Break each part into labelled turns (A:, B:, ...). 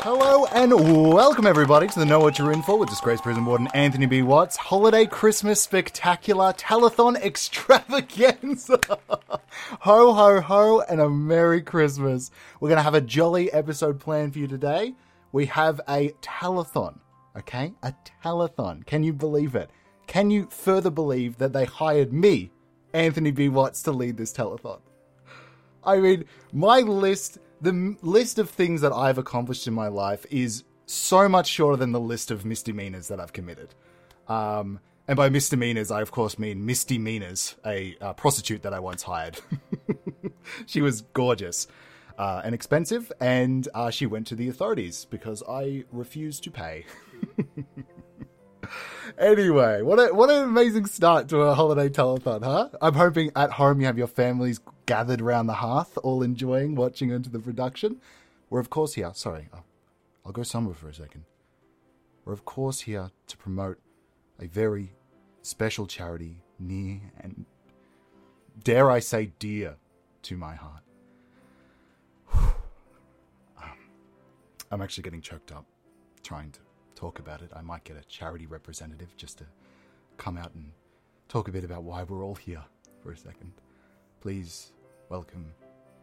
A: Hello and welcome everybody to the Know What You're In For with disgraced prison warden Anthony B. Watts Holiday Christmas Spectacular Telethon Extravaganza. ho ho ho and a Merry Christmas. We're going to have a jolly episode planned for you today. We have a telethon, okay? A telethon. Can you believe it? Can you further believe that they hired me, Anthony B. Watts, to lead this telethon? I mean, my list, the m- list of things that I've accomplished in my life is so much shorter than the list of misdemeanors that I've committed. Um, and by misdemeanors, I of course mean misdemeanors, a uh, prostitute that I once hired. she was gorgeous uh, and expensive, and uh, she went to the authorities because I refused to pay. Anyway, what a, what an amazing start to a holiday telethon, huh? I'm hoping at home you have your families gathered round the hearth, all enjoying watching into the production. We're of course here. Sorry, I'll, I'll go somewhere for a second. We're of course here to promote a very special charity near and dare I say dear to my heart. Um, I'm actually getting choked up trying to talk about it. I might get a charity representative just to come out and talk a bit about why we're all here for a second. Please welcome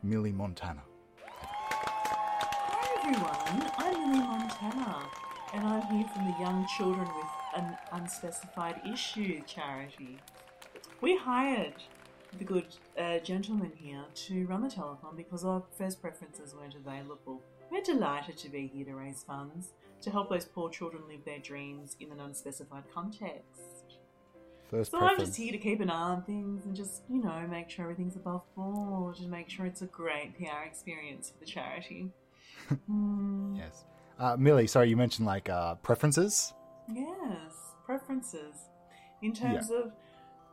A: Millie Montana.
B: Hi everyone, I'm Lily Montana, and I'm here from the Young Children with an Unspecified Issue charity. We hired the good uh, gentleman here to run the telethon because our first preferences weren't available. We're delighted to be here to raise funds to help those poor children live their dreams in an unspecified context.
A: First
B: So I'm
A: preference.
B: just here to keep an eye on things and just, you know, make sure everything's above board and make sure it's a great PR experience for the charity. Hmm,
A: Yes. Uh, Millie, sorry, you mentioned like uh, preferences.
B: Yes, preferences. In terms of,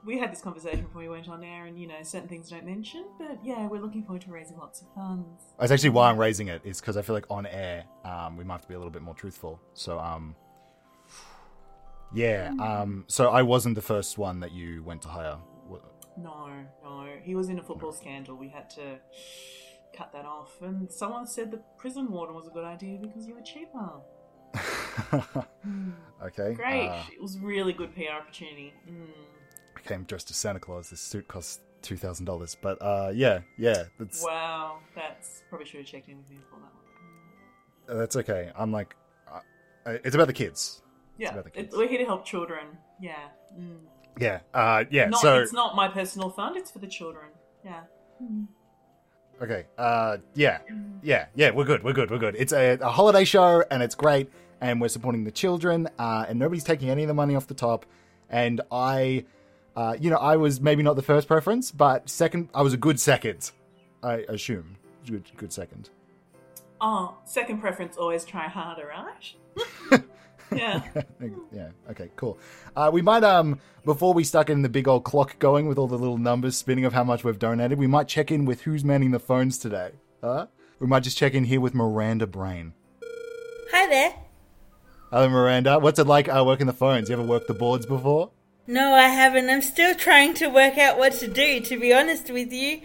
B: we had this conversation before we went on air, and you know, certain things don't mention, but yeah, we're looking forward to raising lots of funds.
A: That's actually why I'm raising it, is because I feel like on air um, we might have to be a little bit more truthful. So, um, yeah.
B: Hmm.
A: Um, so I wasn't the first one that you went to hire. Wha-
B: No, no, he was in a football scandal. We had to cut that off, and someone said the prison warden was a good idea because you were cheaper.
A: okay.
B: Great,
A: uh,
B: it was really good PR opportunity. Mm.
A: I came dressed as Santa Claus. This suit costs two thousand dollars. But uh, yeah, yeah, that's
B: Wow, that's probably should have checked in with me for that one.
A: uh, that's okay. I'm like, uh, it's about the kids.
B: Yeah,
A: about the
B: it-
A: kids.
B: we're here to help children. Yeah. Mm.
A: Yeah, uh, yeah.
B: Not,
A: so
B: it's not my personal fund; it's for the children. Yeah.
A: okay, uh, yeah, yeah, yeah. We're good. We're good. We're good. It's a, a holiday show, and it's great, and we're supporting the children, uh, and nobody's taking any of the money off the top. And I, uh, you know, I was maybe not the first preference, but second, I was a good second, I assume. Good, good second.
B: Oh, second preference always try harder, right? yeah.
A: yeah. Okay. Cool. Uh, we might um before we start getting the big old clock going with all the little numbers spinning of how much we've donated, we might check in with who's manning the phones today. Huh? We might just check in here with Miranda Brain.
C: Hi there.
A: Hello, Miranda. What's it like uh, working the phones? You ever worked the boards before?
C: No, I haven't. I'm still trying to work out what to do. To be honest with you,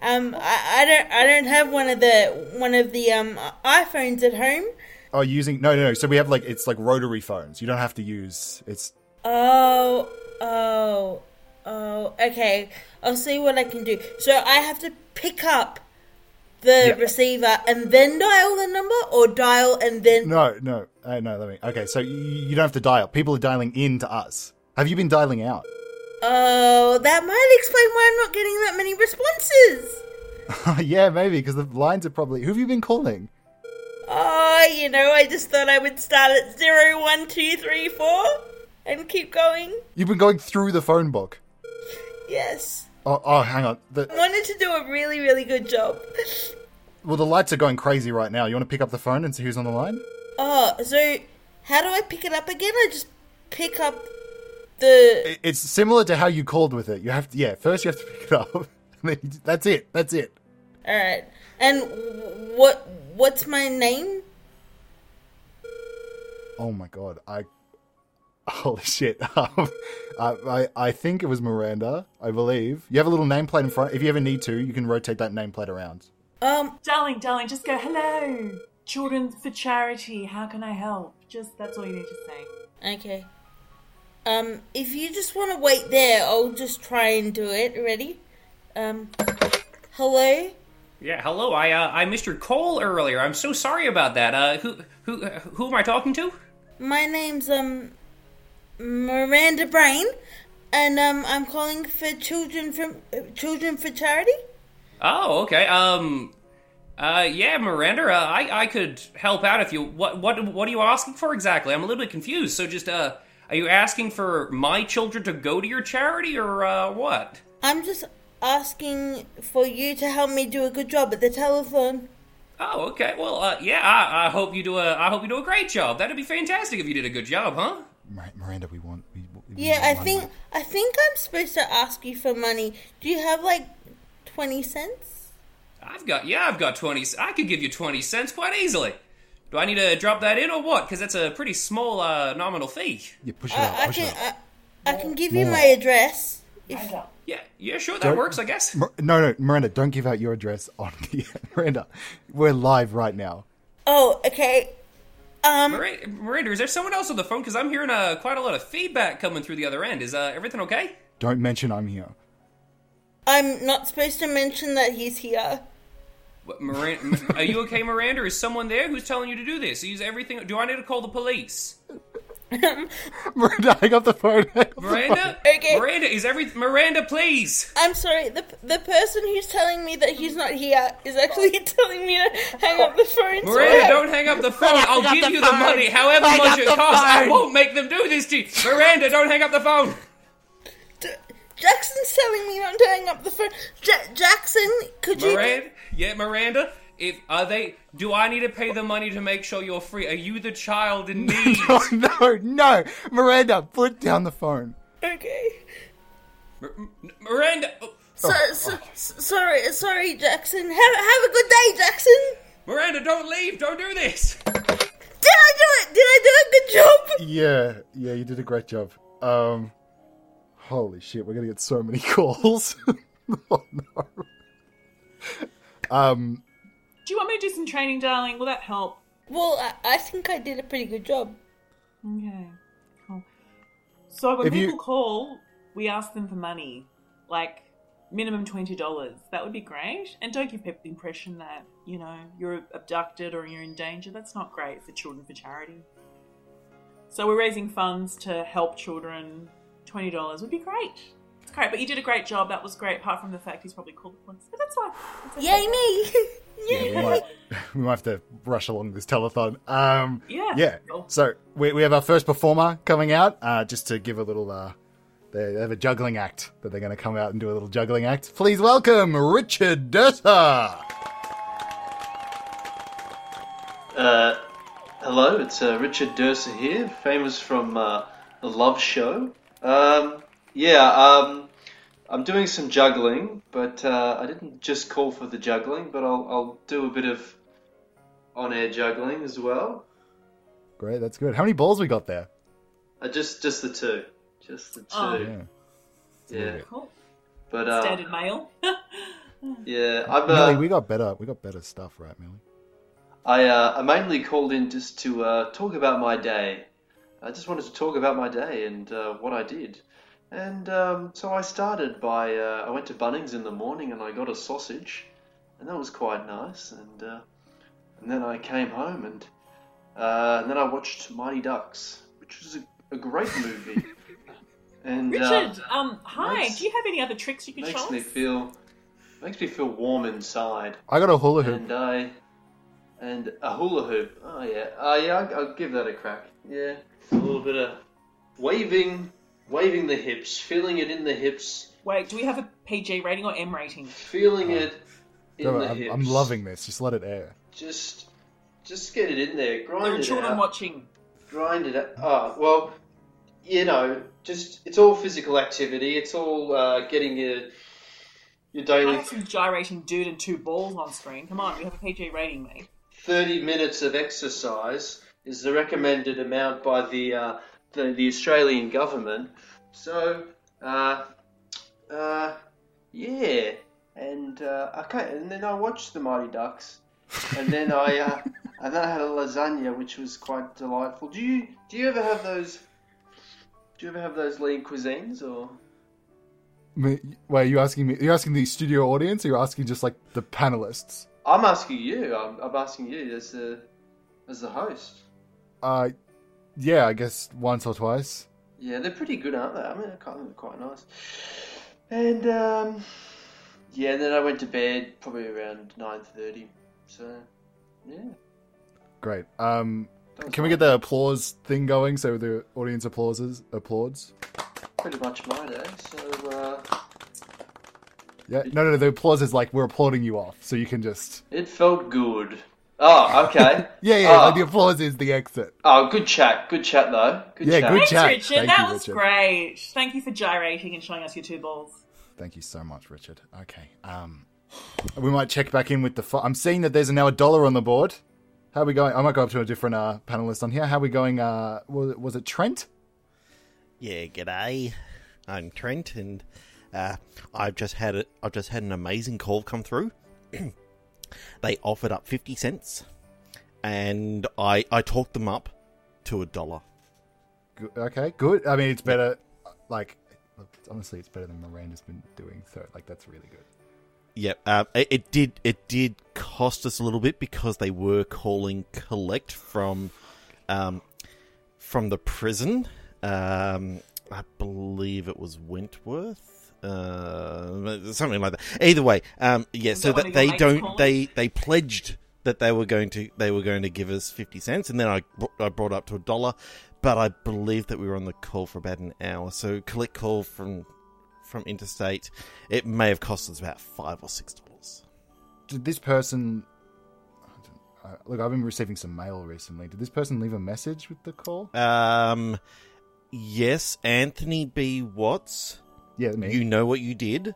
C: um, I, I don't, I don't have one of the one of the um iPhones at home.
A: Oh, using no, no, no. So we have like it's like rotary phones. You don't have to use it's.
C: Oh, oh, oh. Okay, I'll see what I can do. So I have to pick up the
A: Yeah.
C: receiver and then dial the number, or dial and then.
A: No, no, uh, no. Let me. Okay, so you, you don't have to dial. People are dialing in to us. Have you been dialing out?
C: Oh, that might explain why I'm not getting that many responses.
A: yeah, maybe because the lines are probably. Who have you been calling?
C: Oh, you know, I just thought I would start at zero, one, two, three, four, and keep going.
A: You've been going through the phone book.
C: Yes.
A: Oh, oh hang on.
C: I
A: The,
C: wanted to do a really, really good job.
A: well, the lights are going crazy right now. You want to pick up the phone and see who's on the line?
C: Oh, so how do I pick it up again? I just pick up the.
A: I- It's similar to how you called with it. You have to, yeah. First, you have to pick it up. And then you, d- that's it. That's it.
C: Alright. And wh- what? what's my name?
A: Oh my god. I. Holy shit. Um, I, I I think it was Miranda. I believe you have a little nameplate in front. If you ever need to, you can rotate that nameplate around.
C: Um,
B: Darling, darling, just go, hello, children for charity, how can I help? Just, that's all you need to say.
C: okay. Um, if you just want to wait there, I'll just try and do it. Ready? Um, hello?
D: Yeah, hello. I uh, I missed your call earlier. I'm so sorry about that. Uh, who who who am I talking to?
C: My name's, um, Miranda Brain, and, um, I'm calling for Children from, uh, Children for Charity?
D: Oh, okay. Um, uh, yeah, Miranda. Uh, I I could help out if you. What what what are you asking for exactly? I'm a little bit confused. So just uh, are you asking for my children to go to your charity or uh, what?
C: I'm just asking for you to help me do a good job at the telephone.
D: Oh, okay. Well, uh, yeah. I, I hope you do a I hope you do a great job. That'd be fantastic if you did a good job, huh?
A: Mir- Miranda, we want. We, we
C: Yeah, I
A: want
C: think
A: money.
C: I think I'm supposed to ask you for money. Do you have like twenty cents?
D: I've got yeah, I've got twenty. c- I could give you twenty cents quite easily. Do I need to drop that in or what? Because that's a pretty small uh, nominal fee.
A: Yeah, push it up.
C: I, I
A: push
C: can
A: it up.
C: I, I can give you
A: More.
C: my address. If,
B: Miranda,
D: Yeah, yeah, sure, that
A: Don't-
D: works, I guess.
A: Mir- no, no, Miranda, don't give out your address on the air. Miranda, we're live right now.
C: oh, okay. Um,
D: Mira- Miranda, is there someone else on the phone? Because I'm hearing uh, quite a lot of feedback coming through the other end. Is uh, everything okay?
A: Don't mention I'm here.
C: I'm not supposed to mention that he's here.
D: What, Miranda, are you okay, Miranda? Is someone there who's telling you to do this? Is everything? Do I need to call the police?
A: Miranda, hang up the phone. hang up the
D: Miranda,
C: Okay.
D: Miranda, is every Miranda? Please.
C: I'm sorry. The the person who's telling me that he's not here is actually telling me to hang up the phone. so
D: Miranda,
C: I-
D: don't hang up the phone. I'll
E: hang up
D: give
E: the
D: you the
E: phone.
D: money, however
E: Hang
D: much
E: up
D: it
E: the
D: costs. I
E: phone.
D: won't make them do this to you. Miranda, don't hang up the phone.
C: D- Jackson's telling me not to hang up the phone. Ja- Jackson, could you?
D: Miranda, yeah, Miranda. If are they? Do I need to pay the money to make sure you're free? Are you the child in need?
A: phone. no, no. Miranda, put down the phone.
C: Okay.
D: M- M- Miranda, oh,
C: So, so, so- sorry, sorry, Jackson. Have, have a good day, Jackson.
D: Miranda, don't leave. Don't do this.
C: Did I do it? Did I do a good job?
A: Yeah, yeah, you did a great job. Um, holy shit, we're gonna get so many calls. oh, no. Um,
B: do you want me to do some training, darling? Will that help?
C: Well, I, I think I did a pretty good job.
B: Okay, cool. So when
A: If you-
B: people call, we ask them for money, like minimum twenty dollars. That would be great. And don't give people the impression that you know you're abducted or you're in danger. That's not great for Children for Charity. So we're raising funds to help children. Twenty dollars would be great. It's great, but you did a great job. That was great. Apart from the fact he's probably called the police, but that's fine. It's okay.
C: Yay me!
A: yeah, we might, we might have to rush along this telethon. Um,
B: Yeah.
A: yeah.
B: Cool.
A: So we, we have our first performer coming out, uh, just to give a little. Uh, they they have a juggling act that they're gonna come out and do a little juggling act. Please welcome Richard Dutta.
F: Uh, hello, it's uh, Richard Durser here, famous from uh, The Love Show. Um, yeah, um, I'm doing some juggling, but uh, I didn't just call for the juggling, but I'll, I'll do a bit of on air juggling as well.
A: Great, that's good. How many balls we got there?
F: Uh, just just the two. Just the two.
B: Oh.
A: Yeah.
F: yeah.
B: Cool.
F: But, uh,
B: Standard mail.
F: yeah, I'm,
A: Millie,
F: uh,
A: we got better. We got better stuff, right, Millie?
F: I, uh, I mainly called in just to uh, talk about my day. I just wanted to talk about my day and uh, what I did. And um, so I started by uh, I went to Bunnings in the morning and I got a sausage, and that was quite nice. And uh, and then I came home and uh, and then I watched Mighty Ducks, which was a, a great movie. and
B: Richard,
F: uh,
B: um, hi.
F: makes-
B: do you have any other tricks you can show
F: makes
B: us?
F: me feel makes me feel warm inside.
A: I got a hula hoop.
F: And I and a hula hoop. Oh yeah, oh yeah. I'll, I'll give that a crack. Yeah, a little bit of waving, waving the hips, feeling it in the hips,
B: Wait, do we have a PG rating or M rating?
F: feeling it in
A: Don't
F: the
A: worry, Uh, I'm,
F: hips.
A: I'm loving this. Just let it air.
F: Just, just get it in there.
B: There
F: Grind
B: are
F: it
B: children
F: out.
B: watching.
F: Grind it out. Oh, well, you know, just it's all physical activity. It's all uh, getting your your daily
B: Not some gyrating dude and two balls on screen. Come on, we have a PG rating, mate.
F: 30 minutes of exercise is the recommended amount by the uh, the, the Australian government. So, uh, uh, yeah, and uh, okay, and then I watched the Mighty Ducks, and then I uh, and then I had a lasagna, which was quite delightful. Do you do you ever have those? Do you ever have those lean cuisines or?
A: Me- Wait, are you asking me? Are you asking the studio audience? Or are you asking just like the panelists?
F: I'm asking you. I'm, I'm asking you as the as the host.
A: Uh, yeah, I guess once or twice.
F: Yeah, they're pretty good, aren't they? I mean, I kind of they're quite nice. And um, yeah, then I went to bed probably around nine thirty. So yeah,
A: Great. Um,
F: that was
A: can we get the applause thing going so the audience applauses applauds?
F: pretty much my day. So uh,
A: Yeah. No, no, no. The applause is like we're applauding you off, so you can just.
F: it felt good. Oh, okay.
A: Yeah, yeah.
F: Oh,
A: Like the applause is the exit.
F: oh, good chat. Good chat though. Good
A: Yeah,
F: chat.
A: good
B: Thanks,
A: chat.
B: Richard.
A: Thank
B: that
A: you,
B: was
A: Richard.
B: great. Thank you for gyrating and showing us your two balls.
A: Thank you so much, Richard. Okay. Um, we might check back in with the. Fo- I'm seeing that there's now a dollar on the board. How are we going? I might go up to a different uh, panelist on here. How are we going? Uh, was, was it Trent?
E: Yeah, g'day. I'm Trent, and uh, I've just had a, I've just had an amazing call come through. they offered up fifty cents, and I I talked them up to a dollar.
A: Go- okay, good. I mean, it's better. Like, look, it's- honestly, it's better than Miranda's been doing. So, like, that's really good.
E: Yep, uh, it, it did it did cost us a little bit because they were calling collect from, um, from the prison. Um, I believe it was Wentworth, uh, something like that. Either way, um, yeah. So
B: that one
E: that they
B: of your mates
E: don't
B: calling?
E: they they pledged that they were going to they were going to give us fifty cents, and then I br- I brought up to a dollar, but I believe that we were on the call for about an hour. So collect call from from interstate it may have cost us about five or six dollars
A: Did this person? I don't- I- Look, I've been receiving some mail recently. Did this person leave a message with the call?
E: um yes anthony b watts
A: Yeah, me.
E: you know what you did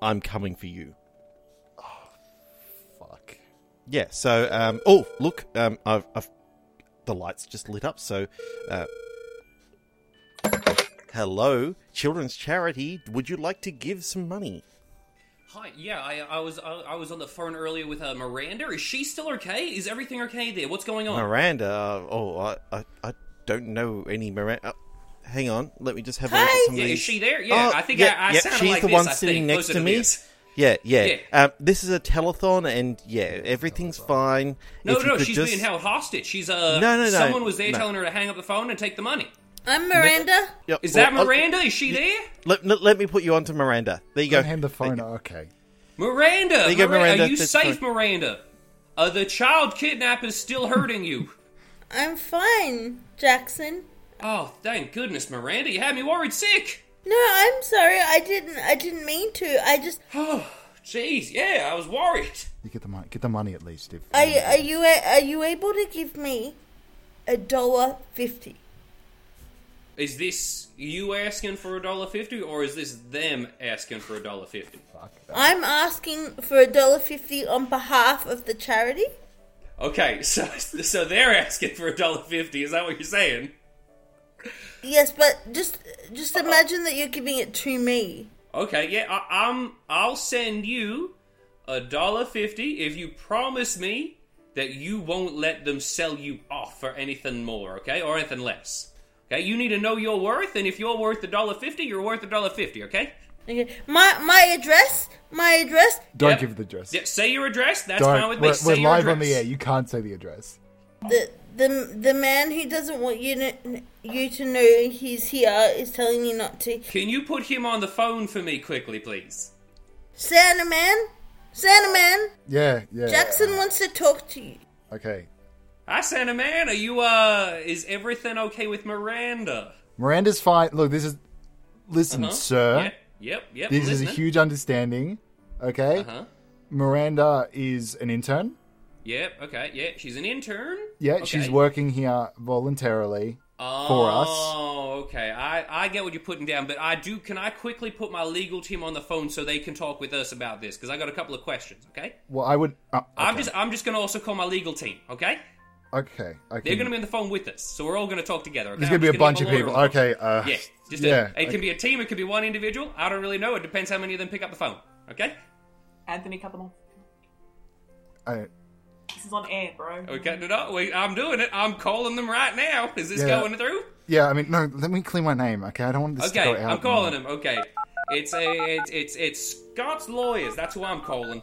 E: i'm coming for you
A: Oh, Fuck.
E: yeah so um oh look um i've, I've the lights just lit up so uh hello children's charity would you like to give some money
D: Hi, yeah, I, I was I, I was on the phone earlier with uh, Miranda. Is she still okay? Is everything okay there? What's going on?
E: miranda uh, oh I, I i don't know any miranda uh, hang on let me just have a look
C: Hi.
E: at some
D: Yeah,
E: of
D: is
E: these
D: she there? Yeah,
E: Oh,
D: I think
E: yeah,
D: I, I
E: yeah,
D: sounded
E: she's
D: like
E: the
D: this,
E: one
D: I
E: sitting
D: think,
E: next
D: closer
E: to me.
D: this.
E: Yeah, yeah.
D: Yeah.
E: Um, this is a telethon, and yeah, everything's fine.
D: No,
E: If you
D: no,
E: could
D: she's
E: just-
D: being held hostage. She's uh,
E: No, no, no,
D: someone was there
E: no.
D: telling her to hang up the phone and take the money.
C: I'm Miranda.
E: Yep,
D: Is
E: well, oh,
D: that
E: I'll-
D: Miranda? Is she there?
E: Let, let, let me put you on to Miranda. There you go.
A: Don't hand the phone. Okay.
D: Miranda,
E: you go,
D: Miranda,
E: Miranda.
D: are you
E: That's
D: safe,
E: fine.
D: Miranda? Uh, the child kidnap is still hurting you.
C: I'm fine, Jackson.
D: oh, thank goodness, Miranda, you had me worried sick.
C: No, I'm sorry. I didn't. I didn't mean to. I just.
D: Oh, jeez, yeah, I was worried.
A: You get the money. Get the money at least. If
C: Are, you- are you a- are you able to give me a dollar fifty?
D: Is this you asking for a dollar fifty, or is this them asking for a dollar fifty?
C: I'm asking for a dollar fifty on behalf of the charity.
D: Okay, so so they're asking for a dollar fifty. Is that what you're saying?
C: Yes, but just just imagine that you're giving it to me.
D: Okay, yeah, I, I'm. I'll send you a dollar fifty if you promise me that you won't let them sell you off for anything more, okay, or anything less. Okay, you need to know your worth, and if you're worth a dollar fifty, you're worth a dollar fifty. Okay.
C: Okay. My my address, my address.
A: Don't
D: Yep.
A: give the address.
D: Yeah, say your address. That's
A: Don't.
D: fine with me.
A: We're,
D: say
A: we're
D: your
A: live on
D: address.
A: the air. You can't say the address.
C: The the the man who doesn't want you to, you to know he's here is telling me not to.
D: Can you put him on the phone for me quickly, please?
C: Santa man, Santa man.
A: Yeah, yeah.
C: Jackson wants to talk to you.
A: Okay.
D: Hi, Santa Man. Are you, uh, is everything okay with Miranda?
A: Miranda's fine. Look, this is. Listen,
D: Huh?
A: sir.
D: Uh-huh. Yep, yep, yep. Uh-huh.
A: This is a
D: listening.
A: huge understanding. Okay.
D: Huh?
A: Miranda is an intern.
D: Yep, okay, yeah. She's an intern.
A: Yeah,
D: okay.
A: she's working here voluntarily.
D: oh,
A: for us.
D: Oh, okay. I, I get what you're putting down, but I do, can I quickly put my legal team on the phone so they can talk with us about this? Because I got a couple of questions, okay?
A: Well, I would. Uh, okay.
D: I'm just, I'm just going to also call my legal team, okay?
A: Okay. okay.
D: They're going to be on the phone with us, so we're all going to talk together, okay?
A: There's going
D: I'm
A: to be a
D: just gonna
A: bunch
D: get
A: of
D: my lawyer
A: people.
D: on the phone.
A: Okay. Uh,
D: Yeah, just a-
A: yeah.
D: it can be a team, it could be one individual. I don't really know. It depends how many of them pick up the phone, okay?
B: Anthony, cut them off.
A: I,
B: This is on air, bro.
D: Are we cutting it off? Wait, I'm doing it. I'm calling them right now. Is this
A: Yeah.
D: going through?
A: yeah, I mean, no. Let me clean my name. Okay, I don't want this
D: Okay,
A: to go out.
D: I'm calling him. Okay, it's a it's it's it's Scott's lawyers. That's who I'm calling.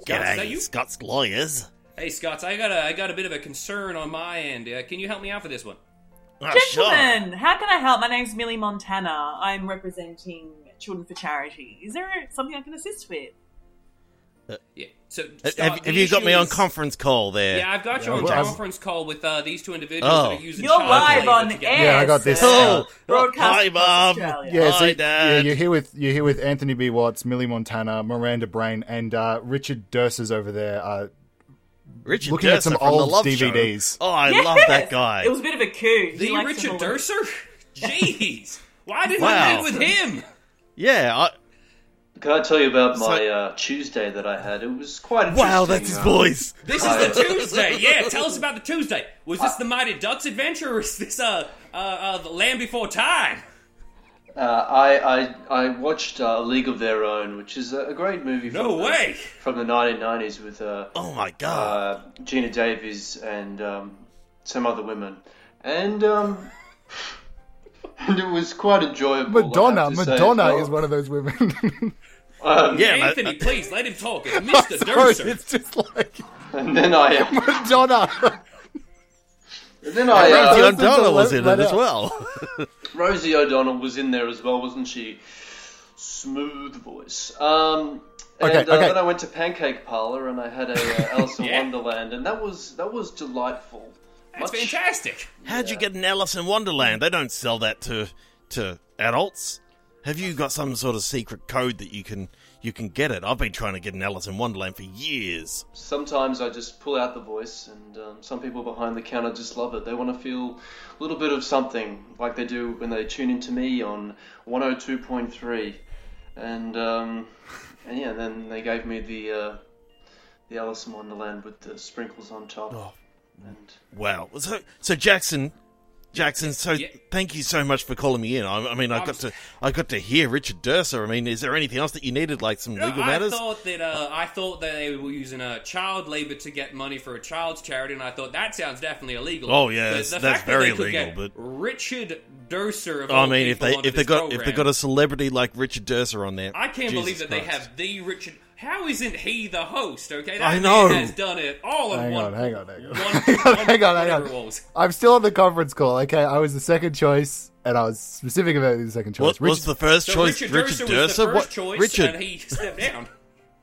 D: Scott, is that you?
E: Scott's lawyers.
D: Hey, Scott, I got a I got a bit of a concern on my end. Uh, can you help me out for this one? Ah,
E: Oh,
B: Gentlemen, how can I help? My name's Millie Montana. I'm representing Children for Charity. Is there something I can assist with?
D: Yeah. So
E: Have, have
D: Scott, the
E: you got
D: issue
E: me on
D: is-
E: conference call there?
D: Yeah, I've got you
A: Yeah,
D: on
A: well, I've-
D: conference call with uh, these two individuals
E: Oh.
D: that are using
B: You're
D: child
B: live
D: labor
B: on
D: to get-
B: air.
A: Yeah, I got this.
B: sir.
E: Oh,
B: Broadcast
E: hi,
B: across
E: Mom.
B: Australia.
A: Yeah, so
E: Hi,
A: yeah,
E: Dad.
A: you're here with you're here with Anthony B. Watts, Millie Montana, Miranda Brain, and uh, Richard Durst is over there. Uh,
E: Richard
A: Looking at
E: Dursa
A: some
E: from the
A: old
E: Love
A: DVDs.
E: Show. Oh, I love that
B: Yes!
E: guy.
B: It was a bit of a coup. He
D: The
B: likes to
D: Richard
B: bully-
D: Durser? Jeez. Why didn't
E: Wow.
D: I lead with him?
E: Yeah. I,
F: Can I tell you about
E: So-
F: my uh, Tuesday that I had? It was quite interesting.
E: wow, that's his
F: uh,
E: voice.
D: This is the Tuesday. Yeah, tell us about the Tuesday. Was this the Mighty Ducks adventure or is this uh, uh, uh, the Land Before Time?
F: Uh, I, I I watched uh, League of Their Own, which is a a great movie.
D: No
F: from
D: way.
F: The, from the 1990s with uh,
E: Oh my god.
F: uh, Gina Davies and um, some other women, and um, and it was quite enjoyable. I
A: Madonna,
F: have to say.
A: Madonna
F: Well,
A: is one of those women.
F: Um,
E: yeah, ma-
D: Anthony,
E: uh,
D: please let him talk. It's Mr.
A: Sorry,
D: Durser.
A: it's just like
F: And then I and
A: Madonna.
F: then I uh,
E: Rosie
A: Rosie
E: O'Donnell was in
A: O'Donnell.
E: it as well.
F: Rosie O'Donnell was in there as well, wasn't she? Smooth voice. Um, and
A: Okay,
F: uh,
A: okay.
F: then I went to Pancake Parlor and I had a uh, Alice in
D: Yeah.
F: Wonderland, and that was that was delightful.
D: That's
F: Much-
D: fantastic.
E: How'd you get an Alice in Wonderland? They don't sell that to to adults. Have you got some sort of secret code that you can you can get it? I've been trying to get an Alice in Wonderland for years.
F: Sometimes I just pull out the voice, and um, some people behind the counter just love it. They want to feel a little bit of something, like they do when they tune into me on 102.3, and um, and yeah, then they gave me the uh, the Alice in Wonderland with the sprinkles on top.
E: Oh.
F: And
E: Wow. So so Jackson, Jackson. So
D: Yeah.
E: thank you so much for calling me in. I, I mean, I got to I got to hear Richard Durser. I mean, is there anything else that you needed, like some
D: No,
E: legal
D: I
E: matters?
D: thought that uh, I thought that they were using uh, child labor to get money for a child's charity, and I thought that sounds definitely illegal.
E: Oh, yeah, that's- that's
D: that
E: very
D: they could
E: illegal,
D: get
E: but- Oh,
D: Richard Durser. Of
E: I
D: all
E: mean, if
D: people
E: they
D: onto
E: if they
D: this
E: got
D: program,
E: if they got a celebrity like Richard Durser on there,
D: I can't
E: Jesus
D: believe that they
E: Christ.
D: have the Richard. How isn't he the host? Okay, that
E: I
D: man
E: know.
D: has done it all in
A: hang
D: one.
A: on, hang on, hang on,
D: one-
A: hang on,
D: one-
A: hang on, hang
D: whatever it
A: on.
D: was.
A: I'm still on the conference call. Okay, I was the second choice, and I was specific about the second choice.
E: What
A: Richard-
E: was the first
D: So
E: choice?
D: Richard, Durser was the first
E: What-
D: choice,
E: Richard,
D: and he stepped down.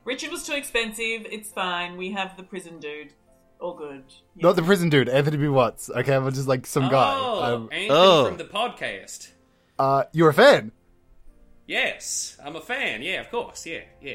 B: Richard was too expensive. It's fine. We have the prison dude. All good. Yeah.
A: not the prison dude, Anthony B. Watts. Okay, I'm just like some guy.
D: Oh,
A: Um,
D: Anthony
E: Oh.
D: from the podcast.
A: uh, you're a fan.
D: Yes, I'm a fan. Yeah, of course. Yeah, yeah.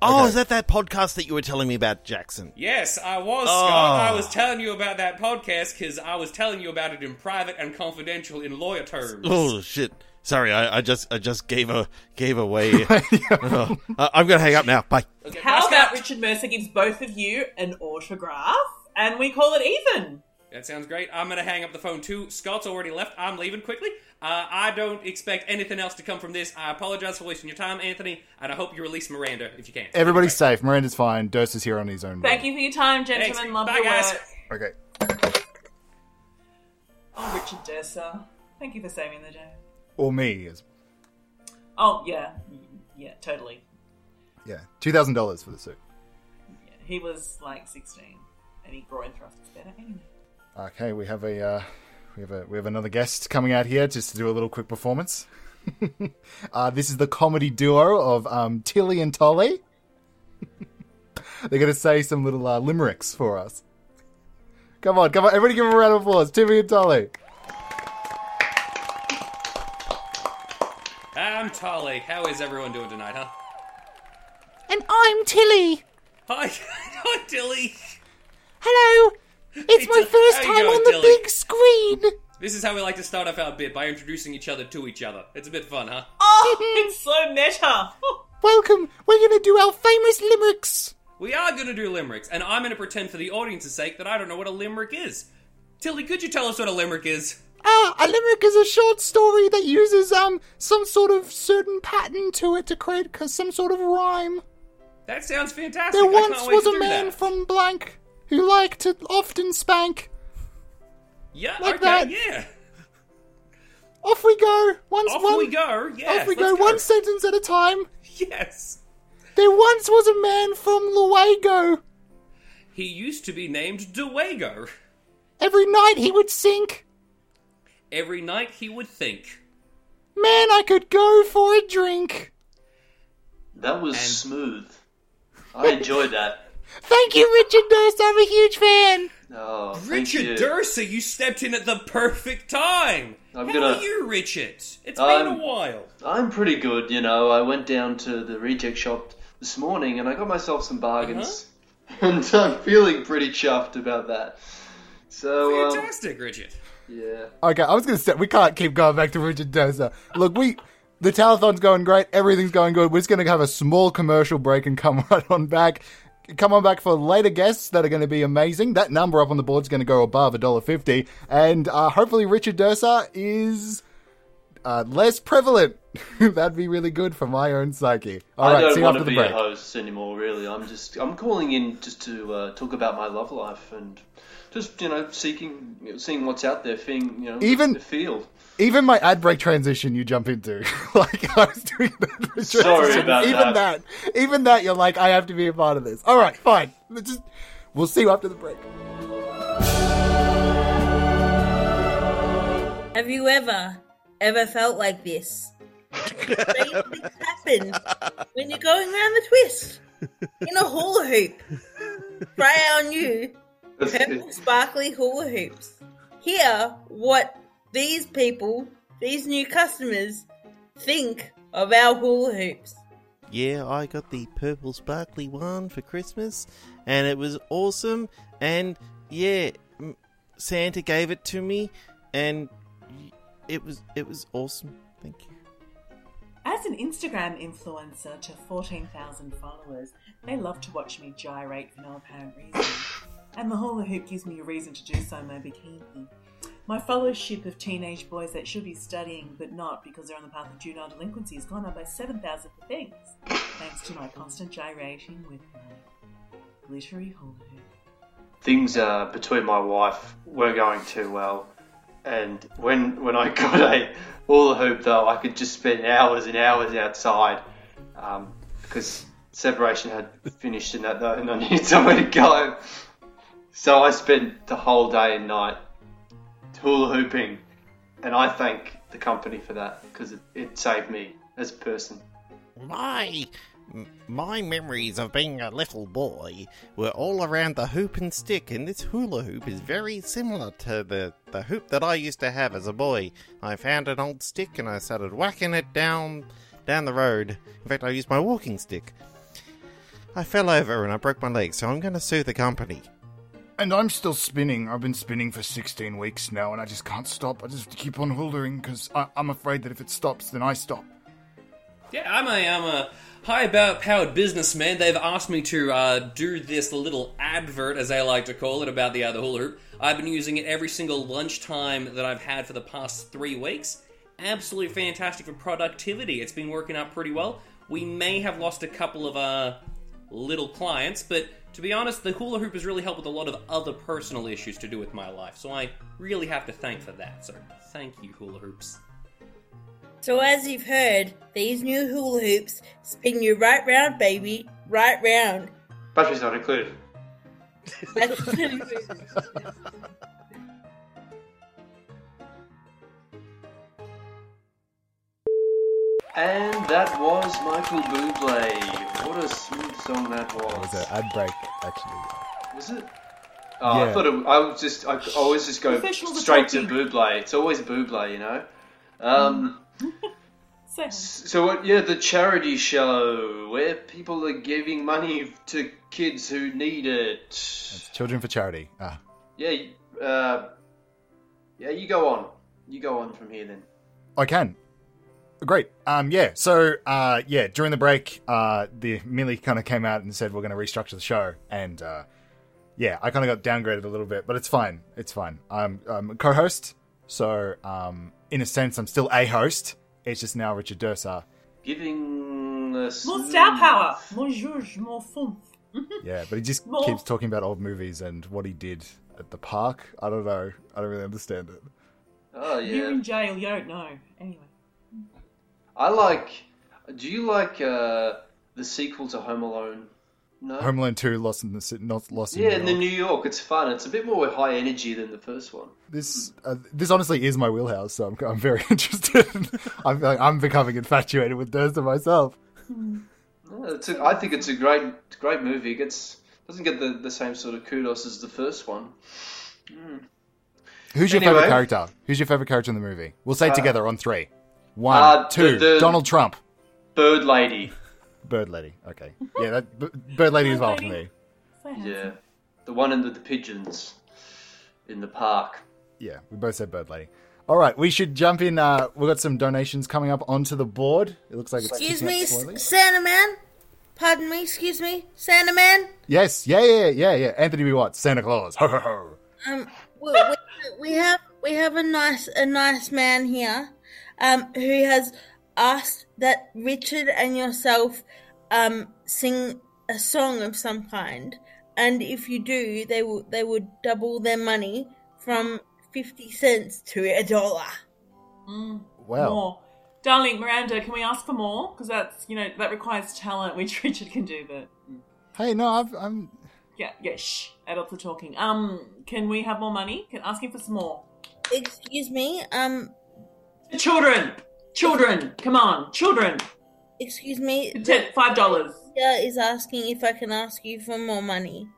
E: Oh,
A: Okay.
E: is that that podcast that you were telling me about, Jackson?
D: Yes, I was, Scott.
E: Oh.
D: I was telling you about that podcast because I was telling you about it in private and confidential in lawyer terms.
E: Oh shit! Sorry, I, I just I just gave a gave away. Oh, I- I'm gonna hang up now. Bye.
D: Okay,
B: How
D: bye, Scott.
B: about Richard Mercer gives both of you an autograph and we call it even?
D: That sounds great. I'm going to hang up the phone too. Scott's already left. I'm leaving quickly. Uh, I don't expect anything else to come from this. I apologize for wasting your time, Anthony, and I hope you release Miranda if you can.
A: Everybody's safe. Miranda's fine. Durst is here on his own.
B: Thank you for your time, gentlemen.
D: Thanks.
B: Love
D: Bye,
B: your
D: guys.
B: work.
A: Okay.
B: Oh, Richard Durser. Thank you for saving the day.
A: Or me as
B: Oh, yeah. Yeah, totally.
A: yeah. Two thousand dollars for the suit.
B: Yeah. He was like 16 and he groin thrust his better anyway.
A: Okay, we have a uh, we have a we have another guest coming out here just to do a little quick performance. uh, this is the comedy duo of um, Tilly and Tolly. They're going to say some little uh, limericks for us. Come on, come on! Everybody, give them a round of applause. Tilly and Tolly.
D: I'm Tolly. How is everyone doing tonight, huh?
G: And I'm Tilly.
D: Hi, hi, Tilly.
G: Hello. It's my
D: Tilly.
G: first
D: How you
G: time
D: doing,
G: on the
D: Tilly?
G: big screen.
D: This is how we like to start off our bit by introducing each other to each other. It's a bit fun, huh?
B: Oh, it's so meta.
G: Welcome. We're going to do our famous limericks.
D: We are going to do limericks, and I'm going to pretend for the audience's sake that I don't know what a limerick is. Tilly, could you tell us what a limerick is?
G: Ah, a limerick is a short story that uses um some sort of certain pattern to it to create c- some sort of rhyme.
D: That sounds fantastic.
G: There
D: I
G: once
D: can't wait
G: was
D: to
G: a
D: do
G: man
D: that.
G: from blank who liked to often spank.
D: yeah,
G: like
D: okay,
G: that.
D: yeah.
G: Off we go. Once
D: Off
G: one,
D: we go. Yeah,
G: Off we go. One sentence at a time.
D: Yes.
G: There once was a man from Luego.
D: He used to be named Duego.
G: Every night he would sink.
D: Every night he would think.
G: Man, I could go for a drink.
F: That was smooth. I enjoyed that.
G: Thank you, Richard Durst. I'm a huge fan.
F: Oh, thank you.
D: Richard Dursa, you stepped in at the perfect time.
F: I'm
D: How
F: gonna-
D: are you, Richard? It's been
F: I'm-
D: a while.
F: I'm pretty good, you know. I went down to the reject shop this morning and I got myself some
D: Uh-huh.
F: bargains, and I'm feeling pretty chuffed about that. So, um,
D: Fantastic, Richard.
F: yeah.
A: Okay, I was going to say, we can't keep going back to Richard Dozer. Look, we. The telethon's going great. Everything's going good. We're just going to have a small commercial break and come right on back. Come on back for later guests that are going to be amazing. That number up on the board's going to go above $1.50. And uh, hopefully, Richard Dursa is uh, less prevalent. That'd be really good for my own psyche. All right,
F: I
A: see
F: don't
A: you
F: want
A: after
F: to
A: the
F: be
A: break.
F: a host anymore, really. I'm just I'm calling in just to uh, talk about my love life and just you know seeking you know, seeing what's out there, seeing you know
A: Even-
F: the field.
A: Even my ad break transition, you jump into. like I was doing that. for
F: Sorry
A: transition.
F: about
A: even
F: that.
A: Even that, you're like, I have to be a part of this. All right, fine. Let's just, we'll see you after the break.
C: Have you ever, ever felt like this? Strange things happen when you're going around the twist in a hula hoop. Try our new
F: That's
C: purple
F: good.
C: sparkly hula hoops. Hear what these people, these new customers, think of our hula hoops.
E: Yeah, I got the purple sparkly one for Christmas, and it was awesome. And yeah, m- Santa gave it to me, and y- it was it was awesome. Thank you.
B: As an Instagram influencer to 14,000 followers, they love to watch me gyrate for no apparent reason. And the hula hoop gives me a reason to do so in my bikini. My fellowship of teenage boys that should be studying but not because they're on the path of juvenile delinquency has gone up by 7,000 things, thanks to my constant gyrating with my glittery hula hoop.
F: Things uh, between my wife were going too well, and when when I got a hula hoop though, I could just spend hours and hours outside um, because separation had finished in that though, and I needed somewhere to go. So I spent the whole day and night hula hooping, and I thank the company for that because it, it saved me as a person.
E: My m- my memories of being a little boy were all around the hoop and stick, and this hula hoop is very similar to the the hoop that I used to have as a boy. I found an old stick and I started whacking it down down the road. In fact, I used my walking stick. I fell over and I broke my leg, so I'm going to sue the company.
A: And I'm still spinning. I've been spinning for 16 weeks now, and I just can't stop. I just keep on holdering because I'm afraid that if it stops, then I stop.
D: Yeah, I'm a, I'm a high about powered businessman. They've asked me to uh, do this little advert, as they like to call it, about the other hula hoop. I've been using it every single lunchtime that I've had for the past three weeks. Absolutely fantastic for productivity. It's been working out pretty well. We may have lost a couple of uh, little clients, but to be honest, the hula hoop has really helped with a lot of other personal issues to do with my life. So I really have to thank for that. So thank you, hula hoops.
C: So, as you've heard, these new hula hoops spin you right round, baby, right round.
F: Batteries not included. And that was Michael Bublé. What a smooth song that was.
A: ad break, actually.
F: Was it? Oh,
A: Yeah.
F: I thought it, I was just I always just go
B: Professionals are
F: straight to
B: talking.
F: Bublé. It's always Bublé, you know. Um,
B: So,
F: so what, yeah, the charity show where people are giving money to kids who need it.
A: Children for Charity. Ah.
F: Yeah, uh, yeah, you go on. You go on from here then.
A: I can. Great. Um, yeah. So, uh, yeah, during the break, uh, the Millie kind of came out and said we're going to restructure the show, and uh, yeah, I kind of got downgraded a little bit, but it's fine. It's fine. I'm, I'm a co-host, So, um, in a sense, I'm still a host. It's just now Richard Dursa.
F: Giving us
B: More star power. More zhuzh, more fun.
A: Yeah, but he just
B: More.
A: keeps talking about old movies and what he did at the park. I don't know. I don't really understand it.
F: Oh
B: You're
F: yeah,
B: in jail. You don't know. Anyway.
F: I like. Do you like uh, the sequel to Home Alone? No.
A: Home Homeland 2, Lost in the City, not Lost in
F: yeah,
A: New
F: and then
A: York.
F: New York. It's fun. It's a bit more high energy than the first one.
A: This uh, this honestly is my wheelhouse, so I'm, I'm very interested. I'm like, I'm becoming infatuated with Dursa myself.
F: Yeah, it's a, I think it's a great, great movie. It gets doesn't get the, the same sort of kudos as the first one.
A: Who's your
F: Anyway.
A: favorite character? Who's your favorite character in the movie? We'll say it together on three. One,
F: uh,
A: two.
F: the- the-
A: Donald Trump,
F: Bird Lady.
A: Bird Lady. Okay, yeah, that B- Bird Lady as well for me.
B: So handsome.
F: Yeah, the one in the, the pigeons in the park.
A: Yeah, we both said Bird Lady. All right, we should jump in. Uh, we've got some donations coming up onto the board. It looks like it's
C: Excuse
A: ticking up
C: me,
A: slowly.
C: S- Santa Man. Pardon me. Excuse me, Santa Man.
A: Yes, yeah, yeah, yeah, yeah. Anthony B. Watts, Santa Claus. Ho ho ho.
C: Um, we, we, we have we have a nice a nice man here, um, who has asked that Richard and yourself, um, sing a song of some kind, and if you do, they will they would double their money from fifty cents to a dollar.
A: Wow.
B: More. Darling Miranda, can we ask for more? Because that's you know that requires talent, which Richard can do, but
A: Hey, no, I've, I'm.
B: yeah, yeah. Shh. Adults are talking. Um, can we have more money? Can asking for some more.
C: Excuse me, um,
B: Children, children, come on, children.
C: excuse me.
B: Ten, five dollars.
C: Lydia is asking if I can ask you for more money.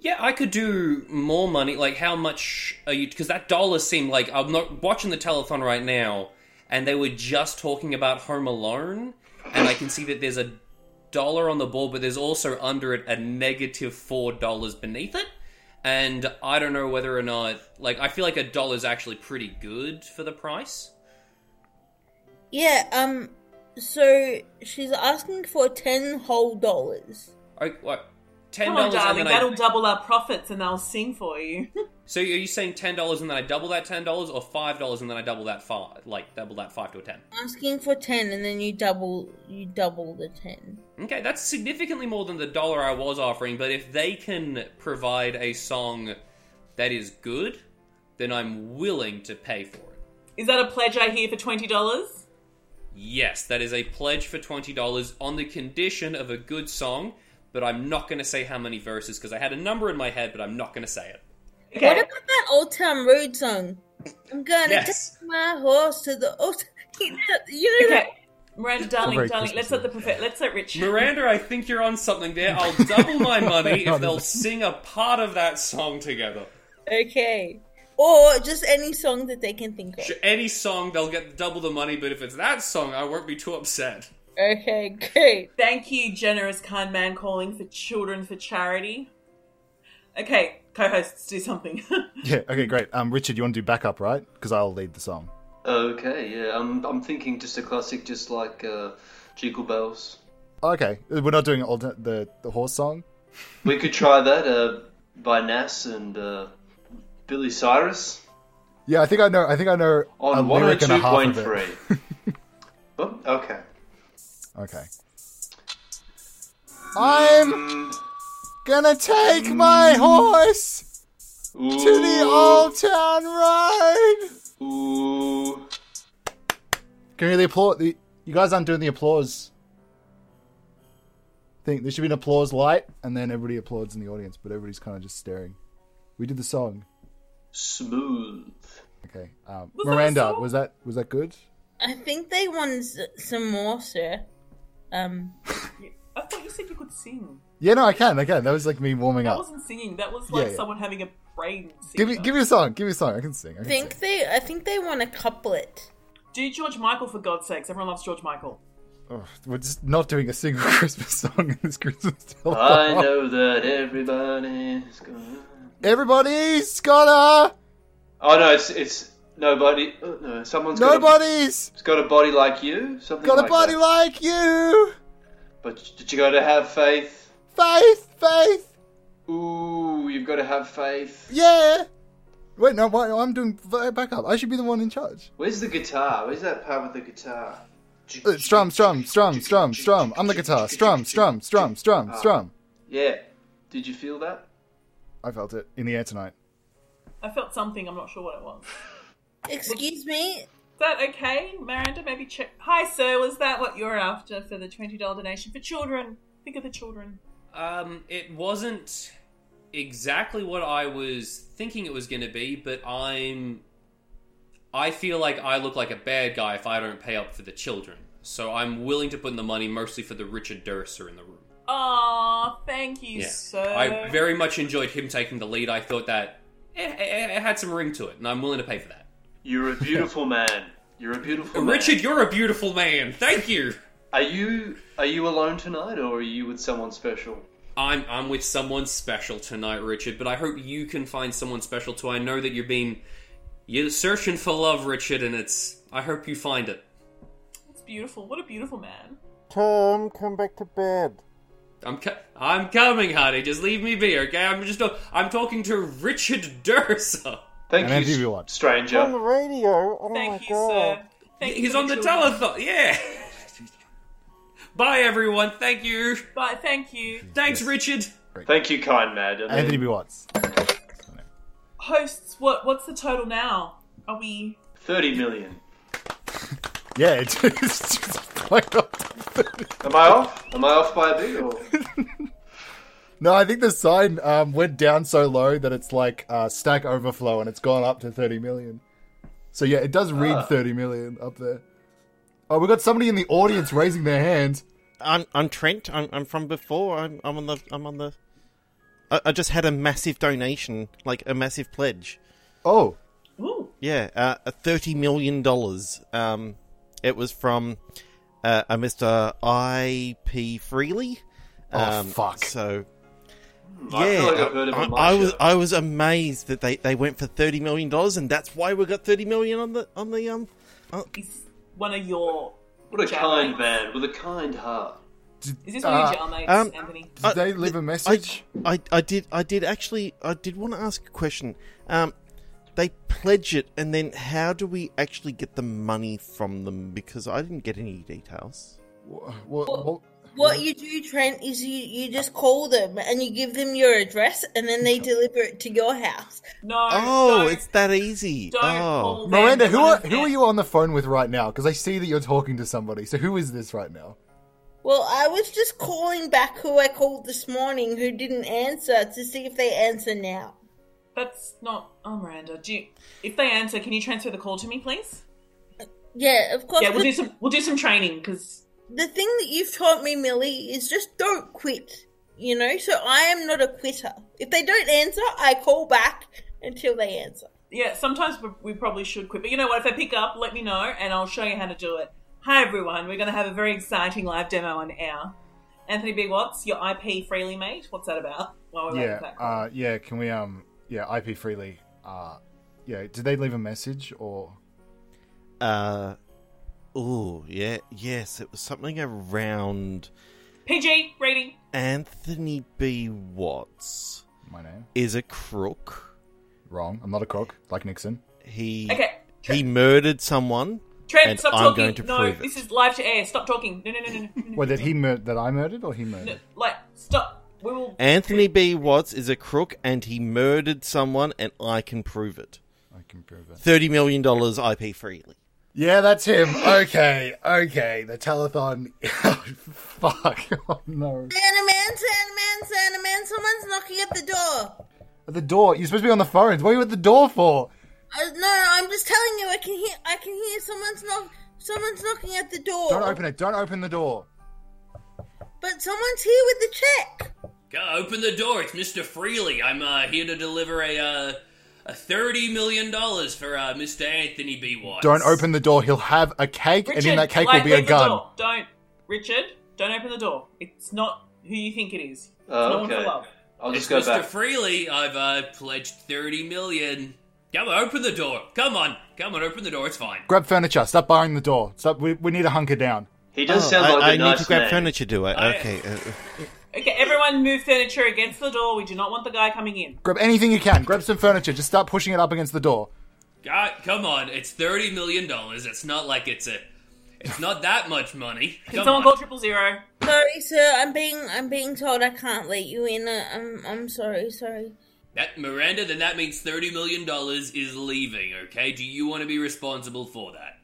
D: Yeah, I could do more money. Like, how much are you? Because that dollar seemed like I'm not watching the telethon right now, and they were just talking about Home Alone, and I can see that there's a dollar on the board, but there's also under it a negative four dollars beneath it, and I don't know whether or not like I feel like a dollar is actually pretty good for the price.
C: Yeah, um, so she's asking for ten whole dollars.
D: I, Oh, what, ten
B: Come on,
D: dollars, and
B: darling.
D: then
B: That'll
D: I.
B: double our profits, and they'll sing for you.
D: so are you saying ten dollars and then I double that ten dollars, or five dollars and then I double that five, like double that five to a ten?
C: Asking for ten, and then you double you double the ten.
D: Okay, that's significantly more than the dollar I was offering, but if they can provide a song that is good, then I'm willing to pay for it.
B: Is that a pledge I hear for twenty dollars?
D: Yes, that is a pledge for $20 on the condition of a good song, but I'm not going to say how many verses because I had a number in my head, but I'm not going to say it.
C: What
B: Okay.
C: about that old town road song? I'm gonna
D: Yes.
C: take my horse to the old. you know that-
B: Okay. Miranda, darling,
A: very
B: darling, let's let the profe- let's let Richard.
D: Miranda, I think you're on something there. I'll double my money if they'll sing a part of that song together.
C: okay. Or just any song that they can think of.
D: Sh- Any song, they'll get double the money, but if it's that song, I won't be too upset.
C: Okay, great.
B: Thank you, generous, kind man calling for children for charity. Okay, co hosts, do something.
A: Yeah. Okay. Great. Um, Richard, you want to do backup, right? Because I'll lead the song.
F: Okay, yeah, I'm I'm thinking just a classic, just like uh, Jingle Bells.
A: Okay, we're not doing all the, the the horse song.
F: We could try that uh, by Nas and uh, Billy Cyrus
A: Yeah, I think I know. I think I know
F: on
A: a lyric and a half of it.
F: 102.3. oh, okay.
A: Okay. I'm gonna take
F: Mm.
A: my horse to the old town road.
F: Ooh.
A: Can you hear the applause? The, you guys aren't doing the applause thing. There should be an applause light, and then everybody applauds in the audience, but everybody's kind of just staring. We did the song.
F: Smooth.
A: Okay, um,
B: Was that a
A: Miranda,
B: song?
A: was that was that good?
C: I think they want s- some more, sir. Um,
B: I thought you said you could sing.
A: Yeah, no, I can, I can. That was like me warming
B: That
A: up.
B: wasn't singing, that was like
A: yeah.
B: someone having a brain seizure.
A: Give me, give me a song. Give me a song. I can sing. I can sing.
C: think they. I think they want a couplet.
B: Do George Michael for God's sakes. Everyone loves George Michael.
A: Ugh, we're just not doing a single Christmas song in this Christmas telethon.
F: I know that everybody's gonna.
A: Everybody's got
F: Oh no, it's it's nobody. Oh, no,
A: a
F: someone's Got
A: nobody's
F: a, got a body like you. Something
A: got a
F: like
A: body
F: that.
A: like you.
F: But did you got to have faith?
A: Faith, faith,
F: Ooh, you've got to have faith.
A: yeah. Wait, no, why, I'm doing v- backup. I should be the one in charge.
F: Where's the guitar? Where's that part with the guitar?
A: Uh, Strum, strum, strum, strum, strum. I'm the guitar. Strum, strum, strum, strum, strum.
F: Yeah. Did you feel that?
A: I felt it in the air tonight.
B: I felt something. I'm not sure what it was. Is
C: Excuse me.
B: that okay, Miranda? Maybe check. Hi, sir. Was that what you're after for the twenty dollar donation for children? Think of the children.
D: Um, it wasn't exactly what I was thinking it was going to be, but I'm. I feel like I look like a bad guy if I don't pay up for the children. So I'm willing to put in the money mostly for the Richard Durser in the room.
B: Ah, thank you, sir.
D: I very much enjoyed him taking the lead. I thought that it, it, it had some ring to it, and I'm willing to pay for that.
F: You're a beautiful man. You're a beautiful man.
D: Richard, you're a beautiful man. Thank you.
F: Are you are you alone tonight, or are you with someone special?
D: I'm I'm with someone special tonight, Richard. But I hope you can find someone special too. I know that you've been you're searching for love, Richard, and it's. I hope you find it.
B: It's beautiful. What a beautiful man.
H: Tom, come back to bed.
D: I'm co- I'm coming, honey. Just leave me be, okay? I'm just I'm talking to Richard Dursa.
F: Thank
A: And
F: you,
A: then
F: s-
A: you what?
H: On the
F: stranger.
H: radio. Oh
B: Thank
H: my
B: you,
H: god.
B: sir. Thank you
D: He's
B: for
D: on the
B: children.
D: telethon. Yeah. Bye, everyone. Thank you.
B: Bye. Thank you,
D: Thanks, Richard.
F: Thank you, kind man. I
A: Anthony
F: mean,
A: B. Watts.
B: hosts. What what's the total now? Are we?
F: Thirty million.
A: Yeah, it's, it's just like,
F: Am I off? Am I off by a bit? Or
A: no, I think the sign um, went down so low that it's like uh, Stack Overflow, and it's gone up to thirty million. So yeah, it does read thirty million up there. Oh, we got somebody in the audience raising their hand.
E: I'm I'm Trent. I'm I'm from before. I'm I'm on the I'm on the. I, I just had a massive donation, like a massive pledge.
A: Oh,
B: Ooh,
E: Yeah, uh, a thirty million dollars. Um, it was from uh, a Mister I P Freely.
A: Oh,
E: Um,
A: fuck.
E: So
F: I feel
E: yeah,
F: like I've heard of
E: I,
F: him on
E: I
F: my
E: was
F: show.
E: I was amazed that they, they went for thirty million dollars, and that's why we got thirty million on the on the um.
B: he's one of your.
F: what a
B: Jack
F: kind
B: Mates.
F: man with a kind heart.
B: Is this one of your jail mates,
E: um,
B: Anthony?
A: uh, did
E: Uh,
A: they leave a message?
E: I, I I did I did actually I did want to ask a question. Um, they pledge it, and then how do we actually get the money from them? Because I didn't get any details.
A: Wha- wha- wha-
C: What you do, Trent, is you, you just call them and you give them your address and then they deliver it to your house.
B: No.
E: Oh,
B: don't-
E: it's that easy.
B: Don't
E: oh.
B: call them.
A: Miranda,
B: They're
A: who
B: one
A: are
B: of
A: who
B: them.
A: are you on the phone with right now? Because I see that you're talking to somebody. So who is this right now?
C: Well, I was just calling back who I called this morning who didn't answer to see if they answer now.
B: That's not. Oh, Miranda. Do you, if they answer, can you transfer the call to me, please?
C: Yeah, of course.
B: Yeah, we'll
C: but
B: do some. We'll do some training because
C: the thing that you've taught me, Millie, is just don't quit. You know, so I am not a quitter. If they don't answer, I call back until they answer.
B: yeah, sometimes we, we probably should quit. But you know what? If they pick up, let me know, and I'll show you how to do it. Hi, everyone. We're going to have a very exciting live demo on air. Anthony Big Watts, your IP freely, mate. What's that about? While we're waiting
A: yeah,
B: for that call.
A: uh, yeah. Can we um, yeah, IP freely. Uh, yeah. Did they leave a message or?
E: Uh, oh yeah, yes, it was something around
B: PG rating.
E: Anthony B. Watts
A: My name
E: is a crook.
A: wrong. I'm not a crook like Nixon.
E: He
B: Okay.
E: he murdered someone.
B: Trent,
E: And
B: stop
E: I'm
B: talking.
E: going to
B: no,
E: prove it.
B: this is live to air. Stop talking. No, no, no, no, no, no.
A: Wait, that he mur- that I murdered or he
B: no.
A: murdered?
B: Like, stop. We will.
E: Anthony B. Watts is a crook, and he murdered someone, and I can prove it.
A: I can prove it.
E: Thirty million dollars, IP freely.
A: Yeah, that's him. Okay, okay. The telethon. Fuck. Oh no.
C: Santa man, Santa man, Santa man, someone's knocking at the door.
A: At the door. You're supposed to be on the phones. What are you at the door for?
C: Uh, no, I'm just telling you. I can hear. I can hear someone's knock. Someone's knocking at the door.
A: Don't open it. Don't open the door.
C: But someone's here with the check.
D: Go open the door. It's Mr. Freely. I'm uh, here to deliver a uh, a thirty million dollars for uh, Mr. Anthony B. Watts.
A: Don't open the door. He'll have a cake,
B: Richard,
A: and in that cake will
B: like,
A: be a
B: leave the
A: gun.
B: door. Don't, Richard. Don't open the door. It's not who you think it is. It's
F: Oh,
B: no one for
F: okay.
B: love.
F: I'll
D: It's
F: just
D: Mr.
F: go back.
D: Freely. I've uh, pledged thirty million. Come on, open the door. Come on, come on, open the door. It's fine.
A: Grab furniture. Stop barring the door. Stop. We, we Oh, need to hunker down.
F: He does sound
E: Oh, I,
F: like
E: I
F: a
E: need
F: nice
E: to grab
F: man.
E: furniture, do I?
D: I-
E: okay. Uh,
B: Okay, everyone move furniture against the door. We do not want the guy coming in.
A: Grab anything you can. Grab some furniture. Just start pushing it up against the door.
D: God, come on, it's thirty million dollars. It's not like it's a, it's not that much money.
B: Can
D: Come
B: someone
D: on.
B: call triple zero?
C: Sorry, sir. I'm being I'm being told I can't let you in. Uh, I'm I'm sorry. Sorry.
D: that Miranda? Then that means thirty million dollars is leaving. Okay, do you want to be responsible for that?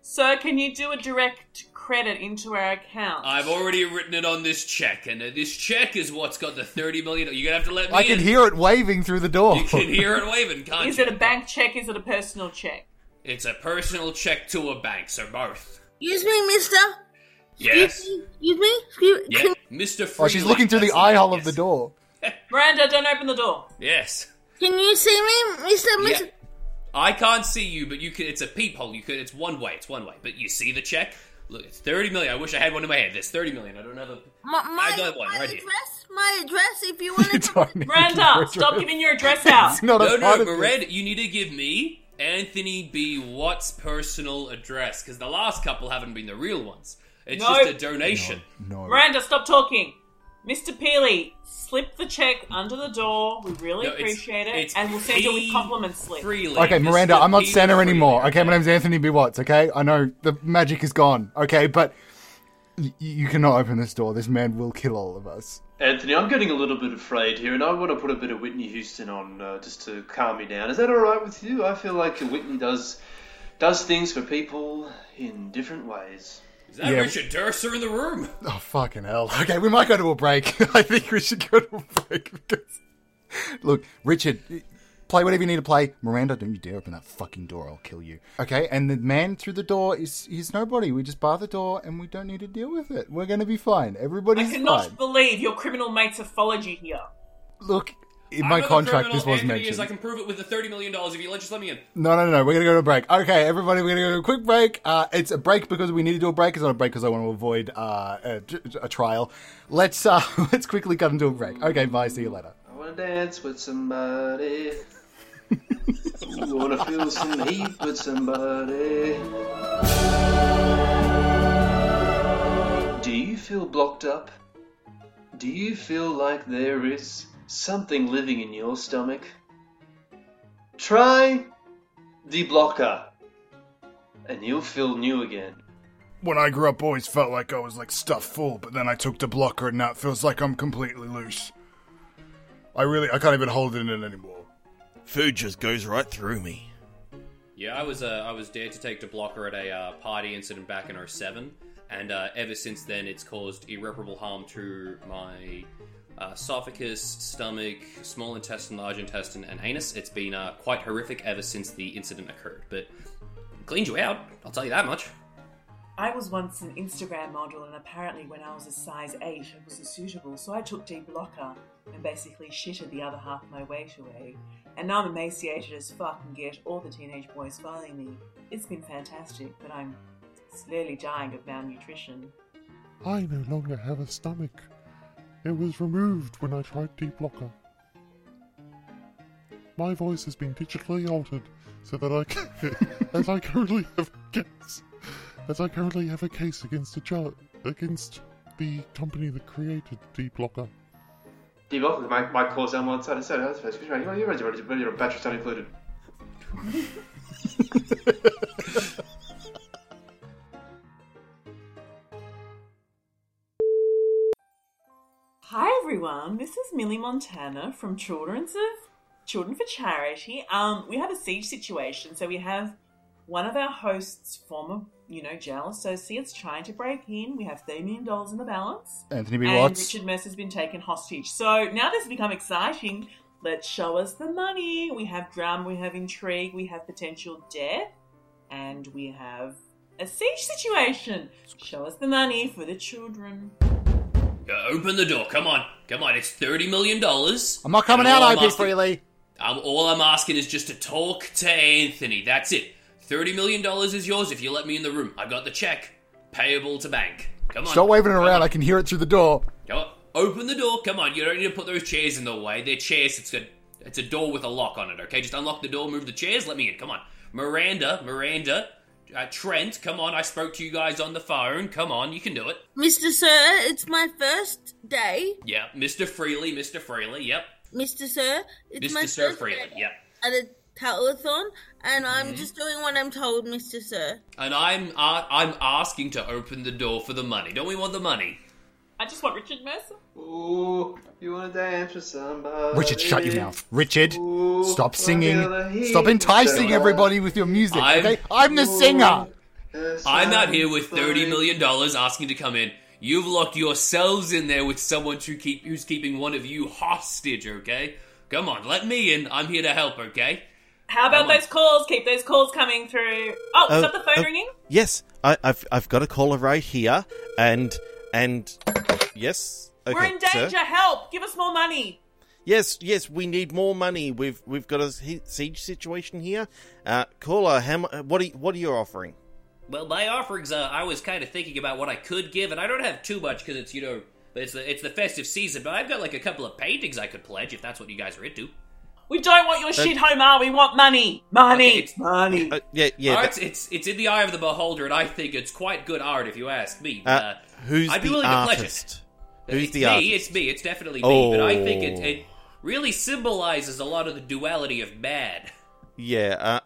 B: Sir, can you do a direct credit into our account?
D: I've already written it on this check, and uh, this check is what's got the thirty million. You're gonna have to let me
A: I can
D: in.
A: hear it waving through the door.
D: You can hear it waving, can't
B: Is
D: you?
B: it a bank check? Is it a personal check?
D: It's a personal check to a bank, so both.
C: Excuse me, Mister.
D: Yes.
C: Excuse me. Excuse me. Excuse,
D: Yeah,
C: can,
D: Mr. Freeland.
A: Oh, she's looking through the
D: that's
A: eye hole
D: name,
A: of the
D: yes.
A: door.
B: Miranda, don't open the door.
D: Yes.
C: can you see me, Mister?
D: Yeah.
C: Mister.
D: I can't see you, but you can. It's a peephole. You could. It's one way. It's one way. But you see the check. Look, it's thirty million. I wish I had one in my hand. There's thirty million. I don't have a.
C: My, my,
D: got one
C: my
D: right here.
C: address. My address. If you want
A: You
C: to.
A: don't need to
B: Miranda,
A: go through
B: stop
A: it.
B: giving your address out.
A: It's not
D: No,
A: a part
D: no,
A: of this.
D: Miranda. You need to give me Anthony B. Watt's personal address because the last couple haven't been the real ones. It's
B: No.
D: just a donation.
A: No.
B: Miranda, stop talking. Mr. Peely, slip the check under the door. We really
D: No, it's-
B: appreciate it.
D: it's
B: and we'll send it with
D: P.
B: compliment slip.
D: Freeland.
A: Okay,
D: Mr.
A: Miranda, I'm not
D: Peter
A: Santa anymore.
D: Freeland,
A: Okay, my name's Anthony B. Watts, okay? I know the magic is gone, okay? But y- you cannot open this door. This man will kill all of us.
F: Anthony, I'm getting a little bit afraid here, and I want to put a bit of Whitney Houston on uh, just to calm me down. Is that all right with you? I feel like Whitney does does things for people in different ways.
D: Is that
A: Yeah.
D: Richard Durser in the room?
A: Oh, fucking hell. Okay, we might go to a break. I think we should go to a break because. Look, Richard, play whatever you need to play. Miranda, don't you dare open that fucking door. I'll kill you. Okay, and the man through the door is he's nobody. We just bar the door and we don't need to deal with it. We're going to be fine.
B: I
A: Everybody's
B: cannot
A: fine.
B: believe your criminal mates have followed you here.
A: Look, in
D: I
A: my
D: know the
A: contract,
D: criminal
A: this was
D: Anthony
A: mentioned.
D: Is, I can prove it with the thirty million dollars if you let just let me in.
A: No, no, no. We're going to go to a break. Okay, everybody, we're going to go to a quick break. Uh, it's a break because we need to do a break. It's not a break because I want to avoid uh, a, a trial. Let's uh, let's quickly cut into a break. Okay, bye. See you later.
F: I want to dance with somebody. I want to feel some heat with somebody. Do you feel blocked up? Do you feel like there is something living in your stomach? Try the blocker, and you'll feel new again.
G: When I grew up, always felt like I was like stuffed full, but then I took the blocker, and now it feels like I'm completely loose. I really, I can't even hold it in anymore.
E: Food just goes right through me.
D: Yeah, I was uh, I was dared to take to blocker at a uh, party incident back in 07, and uh, ever since then it's caused irreparable harm to my uh, esophagus, stomach, small intestine, large intestine, and anus. It's been uh, quite horrific ever since the incident occurred, but it cleaned you out. I'll tell you that much.
B: I was once an Instagram model, and apparently, when I was a size 8, I wasn't suitable, so I took D blocker and basically shitted the other half of my weight away. And now I'm emaciated as fuck and get all the teenage boys following me. It's been fantastic, but I'm slowly dying of malnutrition.
I: I no longer have a stomach. It was removed when I tried Deep Locker. My voice has been digitally altered so that I can, as I currently have a case, as I currently have a case against the char- against the company that created Deep Locker.
F: The blocker might, might cause someone to say, "You're a battery not included."
B: Hi everyone, this is Millie Montana from Children's of Children for Charity. Um, we have a siege situation, so we have one of our hosts, former, you know, jail associates, trying to break in. We have thirty million dollars in the balance,
A: Anthony B.
B: and
A: Watts.
B: Richard Mercer's been taken hostage. So now this has become exciting. Let's show us the money. We have drama, we have intrigue, we have potential death, and we have a siege situation. Show us the money for the children.
D: Uh, open the door. Come on, come on. It's thirty million dollars.
A: I'm not coming out,
D: I
A: I IP freely.
D: I'm, all I'm asking is just to talk to Anthony. That's it. Thirty million dollars is yours if you let me in the room. I've got the check, payable to bank. Come on.
A: Stop waving it
D: Come
A: around.
D: on.
A: I can hear it through the door.
D: Come on. Open the door. Come on. You don't need to put those chairs in the way. They're chairs. It's a it's a door with a lock on it. Okay, just unlock the door, move the chairs, let me in. Come on, Miranda. Miranda, Uh, Trent, come on, I spoke to you guys on the phone. Come on, you can do it.
C: Mr. Sir, it's my first day.
D: Yeah, Mr. Freely, Mr. Freely, yep.
C: Mr. Sir, it's my
D: Mr. Sir
C: first
D: Freely,
C: day
D: yep.
C: at a telethon, and
B: Mm-hmm.
C: I'm just doing what I'm told, Mr. Sir.
D: And I'm uh, I'm asking to open the door for the money. Don't we want the money?
B: I just want Richard Mercer.
F: Ooh, you wanna dance with somebody?
A: Richard, shut your mouth. Richard,
F: Ooh,
A: stop
F: wanna
A: singing.
F: hear
A: Stop enticing
F: somebody.
A: everybody with your music.
D: I'm-
A: okay? I'm the singer.
D: I'm out here with thirty million dollars asking to come in. You've locked yourselves in there with someone to keep who's keeping one of you hostage, okay? Come on, let me in. I'm here to help, okay?
B: How about
D: Come on.
B: those calls? Keep those calls coming through. Oh,
E: Uh,
B: is that the
E: uh,
B: phone ringing?
E: Yes, I, I've I've got a caller right here, and and yes, okay,
B: We're in danger.
E: Sir.
B: Help! Give us more money.
E: Yes, yes, we need more money. We've we've got a si- siege situation here. Uh, caller, how, mu- what are you, what are you offering?
D: Well, my offerings. Uh, I was kind of thinking about what I could give, and I don't have too much because it's you know, but it's the it's the festive season. But I've got like a couple of paintings I could pledge if that's what you guys are into.
B: We don't want your shit, Homer. We want money. Money.
D: Okay, it's-
B: money.
E: Uh, yeah, yeah.
D: Art's it's it's in the eye of the beholder, and I think it's quite good art if you ask me.
E: that- uh, who's
D: I'd be
E: the
D: willing to pledge it.
E: artist? Who's
D: it's
E: the
D: me,
E: artist?
D: it's me, it's definitely me.
E: Oh.
D: But I think it, it really symbolizes a lot of the duality of man.
E: Yeah, uh,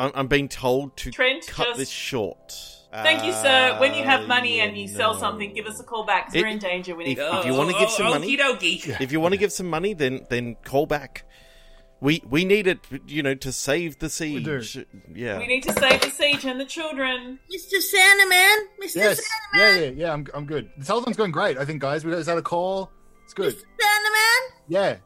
E: I'm, I'm being told to
B: Trent,
E: cut
B: just-
E: this short.
B: Thank you, sir. When you
E: Uh,
B: have money and
E: yeah,
B: you sell
E: no.
B: something, give us a call back because
E: It-
B: we're in danger. We need Oh,
E: if-
B: funds.
E: if you want to give
D: Oh,
E: some money-
D: Okey-dokey.
E: If you want to give some money, then then call back. We we need it, you know, to save the siege.
G: do.
E: Yeah.
B: We need to save the siege and the children.
C: Mr. Santa Man, Mr.
A: Yes.
C: Santa Man,
A: Yeah, yeah, yeah. I'm, I'm good. The telephone's going great. I think, guys. We just had a call. It's good.
C: Santa Man.
A: Yeah.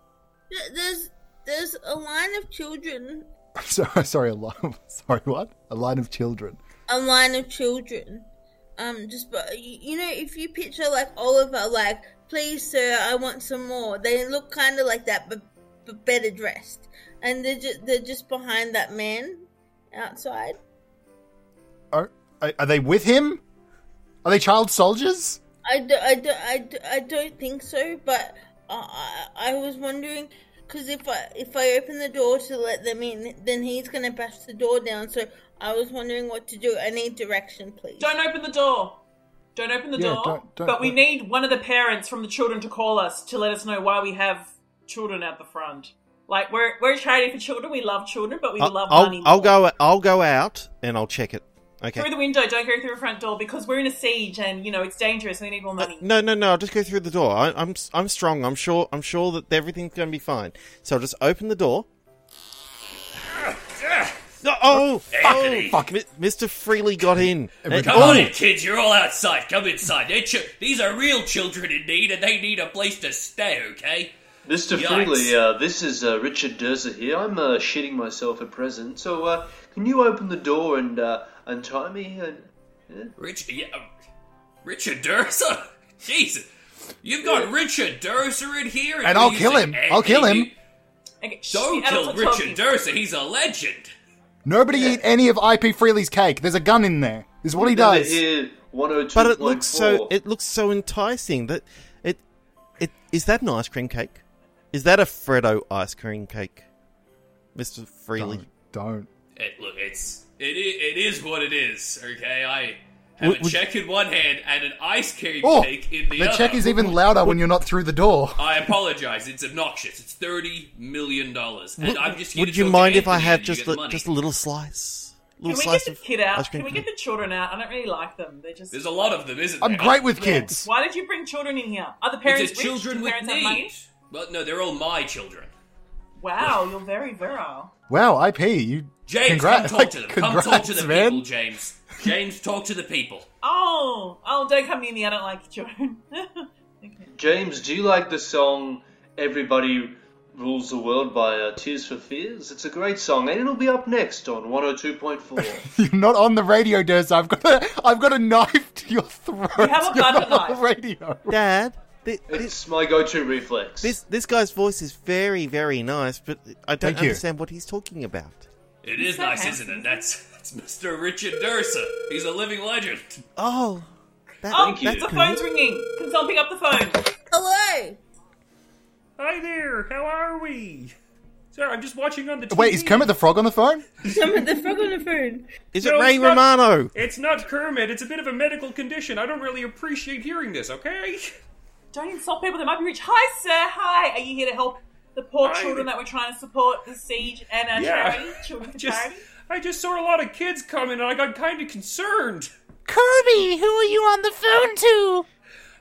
C: Th- There's there's a line of children,
A: I'm sorry. Sorry. A line. Sorry. What? A line of children.
C: a line of children. Um, just but y- you know, if you picture like Oliver, like please, sir, I want some more. They look kind of like that, but, but better dressed, and they're just, they're just behind that man outside.
A: Are are are they with him? Are they child soldiers?
C: I, do, I, do, I, do, I don't think so, but I, I, I was wondering because if I if I open the door to let them in, then he's gonna bash the door down. So I was wondering what to do. I need direction, please.
B: Don't open the door. Don't open the
A: Yeah,
B: door.
A: don't- don't-
B: but we
A: don't-
B: need one of the parents from the children to call us to let us know why we have children at the front. Like we're we're a charity for children. We love children, but we
E: I'll,
B: love
E: Uh, I'll-
B: money.
E: I'll
B: more.
E: go. I'll go out and I'll check it. Okay.
B: through the window. Don't go through the front door because we're in a siege and you know it's dangerous. We need more money.
E: No, no, no! I'll just go through the door. I, I'm, s- I'm strong. I'm sure. I'm sure that everything's going to be fine. So I'll just open the door. No, oh, oh,
D: Anthony.
E: fuck! Mi- Mr. Freely got in. Uh,
D: Come on in, kids. You're all outside. Come inside. They're chi- these are real children in need, and they need a place to stay. Okay.
F: Mr.
D: Yikes.
F: Freely, uh, this is uh, Richard Durser here. I'm uh, shitting myself at present, so uh, can you open the door and uh, untie me? And,
D: Richard, yeah, um, Richard Durser. Jesus, you've got Richard Durser in here,
A: And
D: you
A: I'll kill
D: say-
A: him. I'll kill
D: eh?
A: him.
B: Okay, shh,
D: Don't
B: the adults
D: kill
B: are
D: Richard
B: talking.
D: Durser. He's a legend.
A: Nobody eat any of IP Freely's cake. There's a gun in there. This is what he
F: Another
A: does.
F: here, 102.4.
E: But it looks so. It looks so enticing that it, it is that an ice cream cake? Is that a Freddo ice cream cake, Mr. Freely?
A: Don't. don't.
D: It, look, it's it i- it is what it is. Okay, I have
E: Would-
D: a
E: would-
D: check in one hand and an ice cake
A: Oh,
D: cake in the,
A: the
D: other.
A: check is even louder when you're not through the door.
D: I apologize. It's obnoxious. It's thirty million dollars, and
E: Would-
D: I'm just. here
E: would
D: to
E: you
D: talk to
E: mind if I
D: Anthony
E: have
D: and you
E: just
D: get the
E: a,
D: money.
E: just a little slice?
B: Can
E: Little
B: we
E: slice
B: get the
E: of
B: kid
E: ice
B: out?
E: cream
B: Can we
E: cake?
B: get the children out? I don't really like them. They're just.
D: There's a lot of them, isn't
A: I'm
D: there?
A: great with
B: Yeah.
A: kids.
B: Why did you bring children in here? Are the parents
D: It's a
B: rich?
D: children
B: Do
D: with
B: parents have money?
D: needs. Well, no, they're all my children.
B: Wow, you're very virile.
A: Wow, IP, you.
D: James,
A: congrats,
D: come talk to them.
A: Congrats,
D: come talk to the
A: man.
D: people, James. James, talk to the people.
B: Oh, oh, don't come near me. I don't like children.
F: James, do you like the song Everybody Rules the World by uh, Tears for Fears? It's a great song, and it'll be up next on 102.4.
A: You're not on the radio, Dursa. I've got a, I've got a knife to your throat.
B: You have a
A: You're
B: butter
A: not on
B: knife.
A: the radio.
E: Dad, thi- this,
F: it's my go to reflex.
E: this this guy's voice is very very nice, but I don't
A: Thank you.
E: understand what he's talking about.
D: It is
B: so
D: nice,
B: handsome,
D: isn't it? That's, that's Mr. Richard Dursa. He's a living legend.
E: Oh, that,
B: oh,
F: you.
E: that's
B: the
E: good.
B: phone's ringing. Can someone pick up the phone?
C: Hello.
D: Hi there. How are we? Sir, I'm just watching on the TV.
A: Wait, is Kermit the Frog on the phone?
C: Some of the frog on the phone.
E: Is
D: No,
E: it Ray
D: it's not-
E: Romano?
D: It's not Kermit. It's a bit of a medical condition. I don't really appreciate hearing this, okay?
B: Don't insult people that might be rich. Hi, sir. Hi. Are you here to help the poor
D: Hi.
B: children that we're trying to support the siege and our charity, children for
D: just,
B: charity?
D: I just saw a lot of kids coming and I got kind of concerned.
J: Kirby, who are you on the phone to?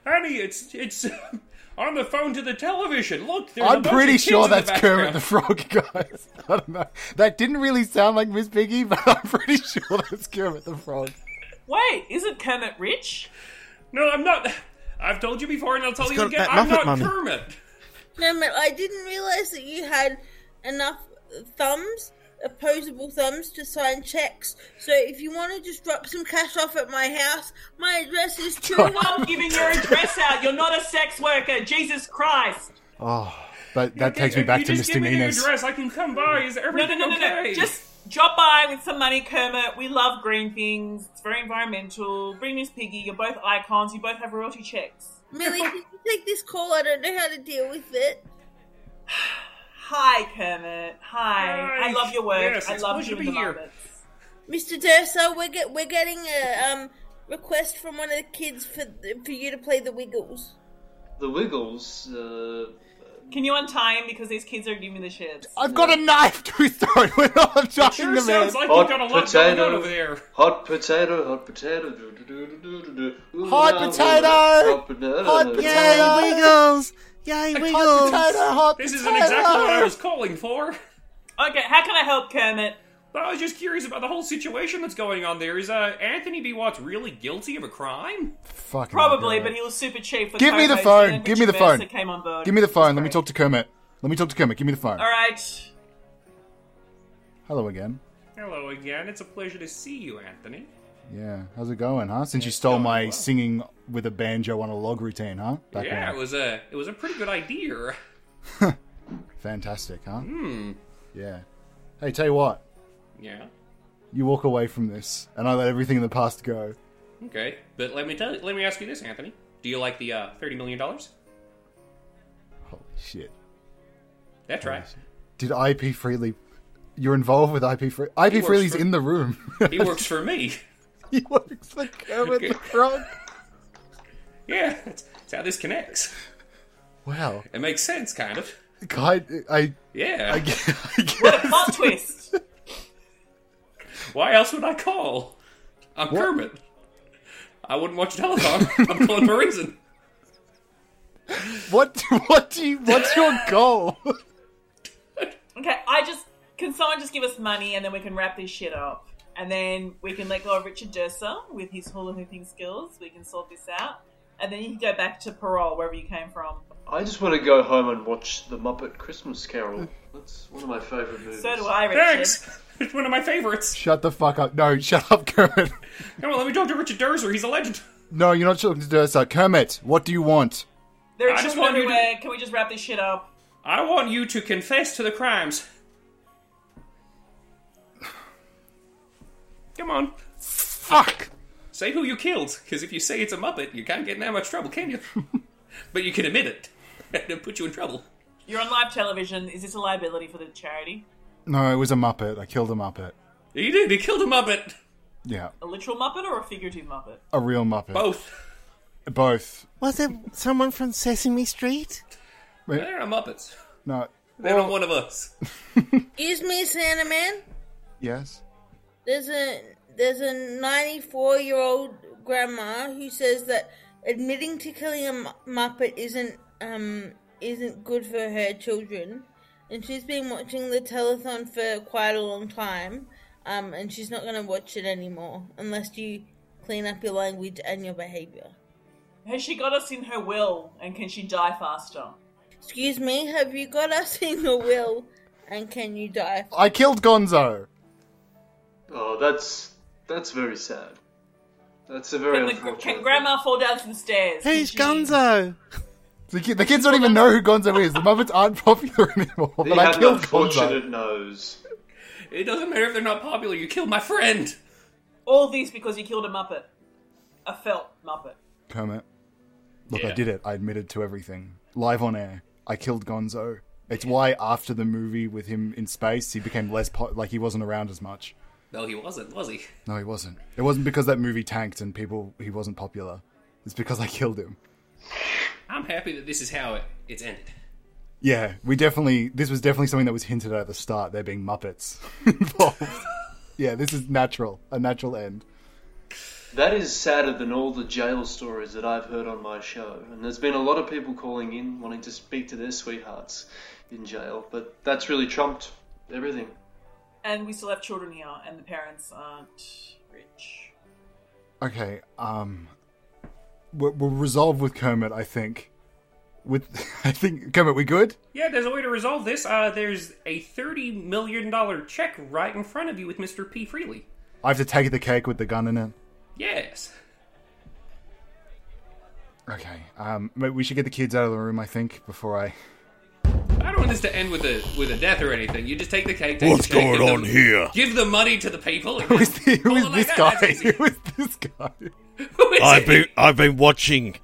D: Honey, it's it's on the phone to the television. Look, there's a
A: I'm
D: bunch of
A: pretty
D: kids
A: sure
D: in the
A: that's Kermit
D: background.
A: the Frog, guys. I don't know. That didn't really sound like Miss Piggy, but I'm pretty sure that's Kermit the Frog.
B: Wait, isn't Kermit rich?
D: No, I'm not. I've told you before, and I'll tell you
E: got
D: again.
E: that
D: I'm
E: Muppet
D: not
E: Mummy.
D: Kermit.
C: No, mate, I didn't realize that you had enough thumbs, opposable thumbs, to sign checks. So if you want to just drop some cash off at my house, my address is two.
B: Stop giving your address out. You're not a sex worker. Jesus Christ.
A: Oh, that, that takes me
D: If
A: back
D: you
A: to
D: just
A: Mr.
D: give me your
A: Nina's.
D: address. I can come by. Is
B: No,
D: everything
B: no, no, no, no.
D: okay?
B: Just drop by with some money, Kermit. We love green things. It's very environmental. Bring Miss Piggy. You're both icons. You both have royalty checks.
C: Millie, can you take this call? I don't know how to deal with it.
B: Hi, Kermit. Hi.
D: Hi.
B: I love your work.
D: Yes,
B: I
D: it's a
B: love
D: pleasure
B: you
D: to
B: in the
D: be here.
B: Muppets.
C: Mr. Durso, we're get, we're getting a um request from one of the kids for for you to play the Wiggles.
F: The Wiggles. Uh,
B: Can you untie him because these kids are giving the shits?
A: I've got a knife to his throat when Oh, I'm talking
D: Sure
A: to man.
D: sounds like
F: Hot
D: you've got a lot going on
F: potato.
D: over there.
F: hot potato, hot potato. do, do, do, do, do, do, do. Ooh,
A: Hot
F: la, la, la,
A: potato!
F: Hot potato.
A: Hot
E: Yay,
A: potato!
E: Wiggles! Yay,
A: Hot
E: Wiggles!
A: potato, hot
D: This isn't
A: potato.
D: exactly what I was calling for.
B: Okay, how can I help Kermit?
D: But I was just curious about the whole situation that's going on there. Is uh, Anthony B. Watts really guilty of a crime?
A: Fucking
B: Probably,
A: hell.
B: but he was super cheap for
A: Give me the
B: Coco,
A: phone.
B: and then
A: Give me the
B: Richard
A: phone.
B: Mercer Came on board.
A: Give me the phone. Let me talk to Kermit. Let me talk to Kermit. Give me the phone.
B: All right.
A: Hello again.
D: Hello again. It's a pleasure to see you, Anthony.
A: Yeah, how's it going, huh? Since you stole
D: going
A: my
D: well.
A: singing with a banjo on a log routine, huh? Back
D: yeah,
A: when-
D: it was a it was a pretty good idea.
A: Fantastic, huh?
D: Hmm.
A: Yeah. Hey, tell you what.
D: Yeah.
A: You walk away from this, and I let everything in the past go.
D: Okay. But let me tell let me ask you this, Anthony. Do you like the uh, thirty million dollars?
A: Holy shit.
D: That's right.
A: Did IP Freely. You're involved with IP Freely. IP
D: works
A: Freely's
D: for-
A: in the room.
D: He works for me.
A: he works for Kermit the
D: Okay.
A: Frog.
D: Yeah, that's, that's how this connects.
A: Wow.
D: It makes sense, kind of.
A: God, I.
D: Yeah.
A: I, guess- I
B: What a
A: guess.
B: plot twist.
D: Why else would I call? I'm Kermit. I wouldn't watch telethon. I'm calling for a reason.
A: What, what do you. What's your goal?
B: Okay, I just can someone just give us money and then we can wrap this shit up. And then we can let go of Richard Dursa with his hula hooping skills. We can sort this out. And then you can go back to parole wherever you came from.
F: I just want to go home and watch The Muppet Christmas Carol. That's one of my favourite movies.
B: So do I, Richard.
D: Thanks. It's one of my favorites.
A: shut the fuck up. No, shut up, Kermit.
D: Come on, let me talk to Richard Durser. He's a legend.
A: No, you're not talking to Dursa. Kermit, what do you want?
B: There are
D: I just
B: children
D: want you to-
B: everywhere. Can we just wrap this shit up?
D: I want you to confess to the crimes. Come on,
A: Fuck!
D: say who you killed, because if you say it's a Muppet, you can't get in that much trouble, can you? but you can admit it. It'll put you in trouble.
B: You're on live television. Is this a liability for the charity?
A: No, it was a Muppet. I killed a Muppet.
D: You did, you killed a Muppet.
A: Yeah,
B: A literal Muppet or a figurative Muppet?
A: a real Muppet.
D: Both.
A: Both.
E: Was it someone from Sesame Street?
D: They're not Muppets.
A: No.
D: They're not one of us.
C: Excuse me, Santa Man.
A: Yes.
C: There's a there's a 94 year old grandma who says that admitting to killing a mu- muppet isn't um isn't good for her children, and she's been watching the telethon for quite a long time, um, and she's not going to watch it anymore unless you clean up your language and your behavior.
B: Has she got us in her will and can she die faster?
C: Excuse me, have you got us in your will? And can you die?
A: I killed Gonzo.
F: Oh, that's that's very sad. That's a very
B: Can, the,
F: unfortunate.
B: can grandma fall down some stairs? Can
E: Who's
B: she-
E: Gonzo?
A: The, ki- the kids don't even know who Gonzo is. The Muppets aren't popular anymore.
F: He
A: But I
F: had an
A: killed Gonzo.
F: unfortunate nose.
D: It doesn't matter if they're not popular. You killed my friend.
B: All this because you killed a Muppet. A felt Muppet.
A: Kermit. Look, I
D: Yeah.
A: did it. I admitted to everything. Live on air. I killed Gonzo. It's why after the movie with him in space, he became less po- like he wasn't around as much.
D: No, he wasn't, was he?
A: No, he wasn't. It wasn't because that movie tanked and people he wasn't popular. It's because I killed him.
D: I'm happy that this is how it, it's ended.
A: Yeah, we definitely. This was definitely something that was hinted at at the start. There being Muppets involved. yeah, this is natural. A natural end.
F: That is sadder than all the jail stories that I've heard on my show. And there's been a lot of people calling in wanting to speak to their sweethearts in jail, but that's really trumped everything.
B: And we still have children here, and the parents aren't rich.
A: Okay. Um, we'll, we'll resolve with Kermit. I think. With I think Kermit, we good?
D: Yeah, there's a way to resolve this. Uh, there's a thirty million dollar check right in front of you with Mr. P. Freely.
A: I have to take the cake with the gun in it.
D: Yes.
A: Okay. Um, maybe we should get the kids out of the room. I think before I.
D: I don't want this to end with a with a death or anything. You just take the cake. Take
K: What's
D: the cake,
K: going
D: give
K: on
D: them-
K: here?
D: Give the money to the people. and
A: Who is, the, who
D: call
A: is
D: it like
A: this
D: that.
A: guy?
D: That's easy.
A: Who is this guy?
D: Who is
L: I've
D: it?
L: been I've been watching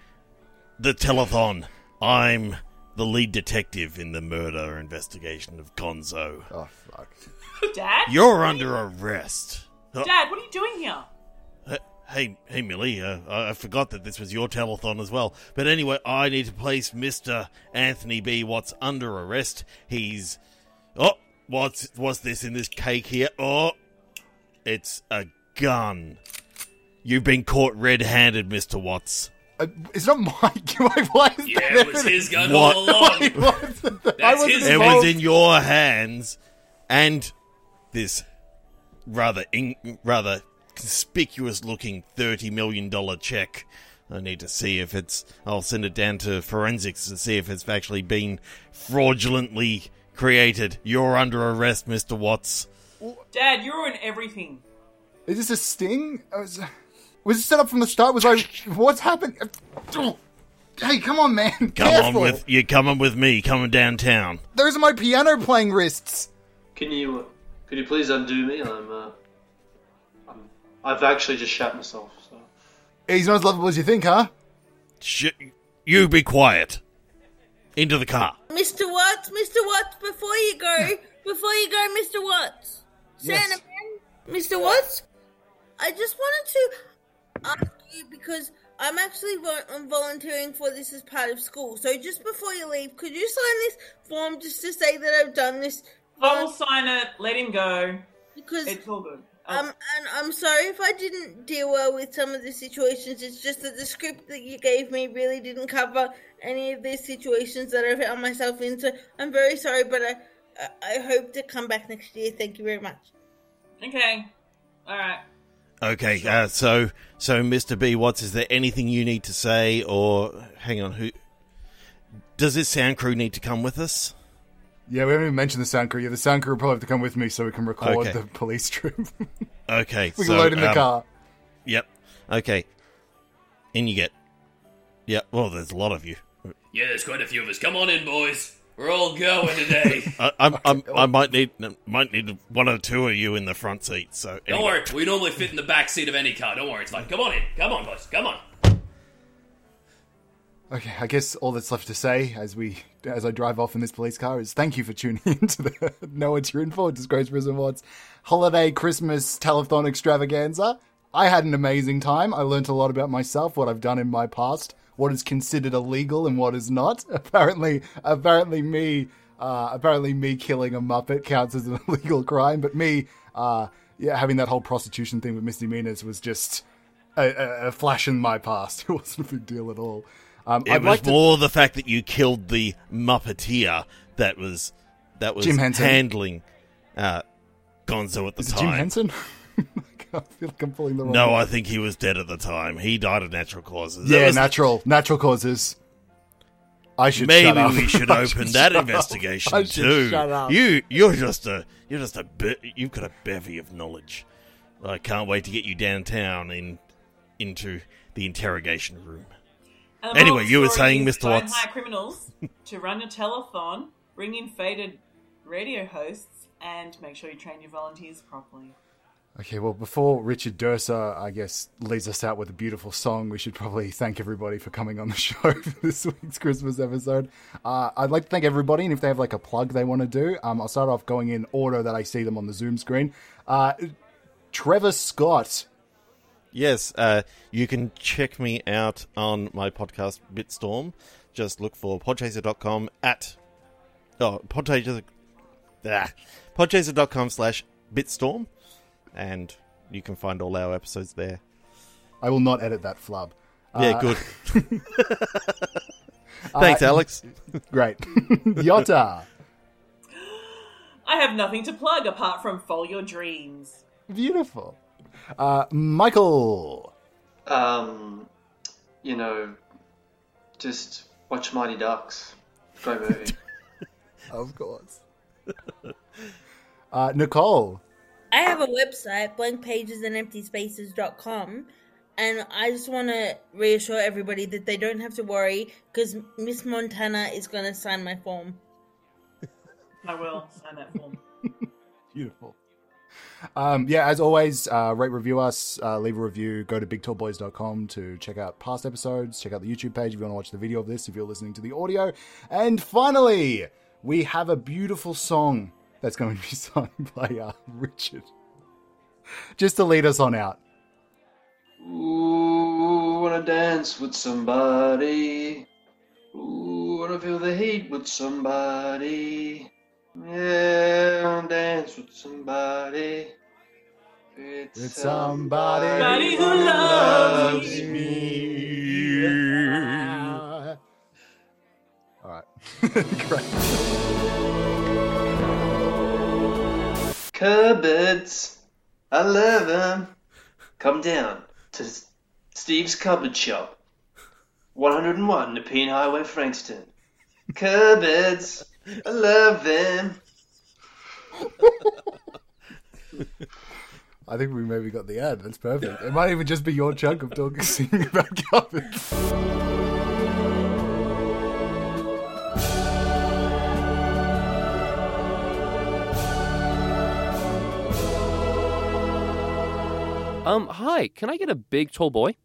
L: the telethon. I'm the lead detective in the murder investigation of Gonzo.
A: Oh fuck.
B: Dad?
L: You're under arrest. Uh,
B: Dad, what are you doing here?
L: uh, Hey, hey, Millie. Uh, I I forgot that this was your telethon as well. But anyway, I need to place Mister Anthony B. Watts under arrest. He's oh, what's what's this in this cake here? Oh, it's a gun. You've been caught red-handed, Mister Watts.
A: Uh, it's not my. Why, why is
D: Yeah,
A: that
D: it was
A: evidence?
D: his gun
L: What?
D: all along.
A: What's that? I
D: That's
A: wasn't
D: his
L: It
D: fault.
L: was
A: involved.
L: in your hands, and this rather in, rather conspicuous-looking thirty million dollar check. I need to see if it's. I'll send it down to forensics to see if it's actually been fraudulently created. You're under arrest, Mister Watts.
B: Dad, you're in everything.
A: Is this a sting? I Was, was it set up from the start? Was I? What's happened? Hey, come on, man!
L: Come
A: Careful.
L: on with you're coming with me. Coming downtown.
A: Those are my piano playing wrists.
F: Can you, uh, could you please undo me? I'm, uh, I'm, I've actually just shat myself. So.
A: He's not as lovable as you think, huh?
L: Sh- you be quiet. Into the car.
C: Mr. Watts, Mr. Watts, before you go, before you go, Mr. Watts.
A: Yes.
C: Santa Man, Mr. Watts, I just wanted to ask you because I'm actually vo- I'm volunteering for this as part of school. So just before you leave, could you sign this form just to say that I've done this?
B: I will sign it. Let him go.
C: Because
B: It's all good. Oh,
C: um, and I'm sorry if I didn't deal well with some of the situations. It's just that the script that you gave me really didn't cover any of these situations that I found myself in. So I'm very sorry, but I, I, I hope to come back next year. Thank you very much.
B: okay. All right.
L: Okay, uh, so so Mr. B Watts, is there anything you need to say, or hang on, who does this sound crew need to come with us?
A: Yeah, we haven't even mentioned the sound crew. Yeah, the sound crew will probably have to come with me so we can record
L: Okay.
A: the police trip. we
L: Okay,
A: can
L: so,
A: load in the
L: um,
A: car.
L: Yep. Okay, in you get. Yep. Well, there's a lot of you.
D: Yeah, there's quite a few of us. Come on in, boys. We're all going today.
A: Uh,
L: I I'm, I'm, I might need might need one or two of you in the front seat. So
D: Don't
L: anyway.
D: worry, we normally fit in the back seat of any car. Don't worry, it's fine. Come on in. Come on, boys. Come on.
A: Okay, I guess all that's left to say as we as I drive off in this police car is thank you for tuning in to the No One's Rooting For Disgrace Prison Awards Holiday Christmas Telethon Extravaganza. I had an amazing time. I learnt a lot about myself, what I've done in my past, what is considered illegal and what is not. Apparently, apparently me, uh, apparently me killing a Muppet counts as an illegal crime, but me, uh, yeah, having that whole prostitution thing with misdemeanors was just a, a, a flash in my past. It wasn't a big deal at all. Um,
L: It
A: I'd
L: was
A: like to-
L: more the fact that you killed the Muppeteer that was that was
A: Jim Henson.
L: handling uh, Gonzo at the
A: Is it
L: time.
A: Jim Henson? I feel like I'm pulling the wrong.
L: No,
A: one.
L: I think he was dead at the time. He died of natural causes. That
A: yeah,
L: was-
A: natural natural causes. I should
L: Maybe
A: shut up.
L: we should
A: I should
L: open that
A: shut up.
L: investigation
A: I should
L: too.
A: Shut up.
L: You, you're just a, you're just a bit. You've got a bevy of knowledge. I can't wait to get you downtown in, into the interrogation room.
B: And the
L: Anyway,
B: moral of the
L: you were
B: story
L: saying,
B: is
L: Mr.
B: Don't
L: Watts.
B: hire criminals to run your telethon, bring in faded radio hosts, and make sure you train your volunteers properly.
A: Okay, well, before Richard Dursa, I guess, leads us out with a beautiful song, we should probably thank everybody for coming on the show for this week's Christmas episode. Uh, I'd like to thank everybody, and if they have like a plug they want to do, um, I'll start off going in order that I see them on the Zoom screen. Uh, Trevor Scott.
E: Yes, uh, you can check me out on my podcast Bitstorm. Just look for podchaser.com at oh podchaser ah, podchaser.com slash bitstorm, and you can find all our episodes there.
A: I will not edit that flub.
E: yeah,
A: Uh,
E: good. Thanks, Alex.
A: Great. Yotta.
B: I have nothing to plug apart from Follow Your Dreams.
A: Beautiful. Uh, Michael.
F: Um, you know, just watch Mighty Ducks. Great movie.
A: Of course. Uh, Nicole.
C: I have a website, blankpagesandemptyspaces.com, and I just want to reassure everybody that they don't have to worry because Miss Montana is going to sign my form.
B: I will sign that form.
A: Beautiful. Um, yeah, as always, uh, rate, review us, uh, leave a review, go to bigtallboys.com to check out past episodes, check out the YouTube page if you want to watch the video of this, if you're listening to the audio. And finally, we have a beautiful song that's going to be sung by uh, Richard. Just to lead us on out.
F: Ooh, wanna dance with somebody. Ooh, wanna feel the heat with somebody. Yeah, wanna dance with somebody. It's,
A: It's
B: Somebody who loves
A: All right. Great.
F: Cupboards. I love them. Come down to S- Steve's Cupboard Shop. 101 Nepean Highway, Frankston. Cupboards. I love them.
A: I think we maybe got the ad. That's perfect. It might even just be your chunk of talking singing about carpets.
D: Um, hi, can I get a big tall boy?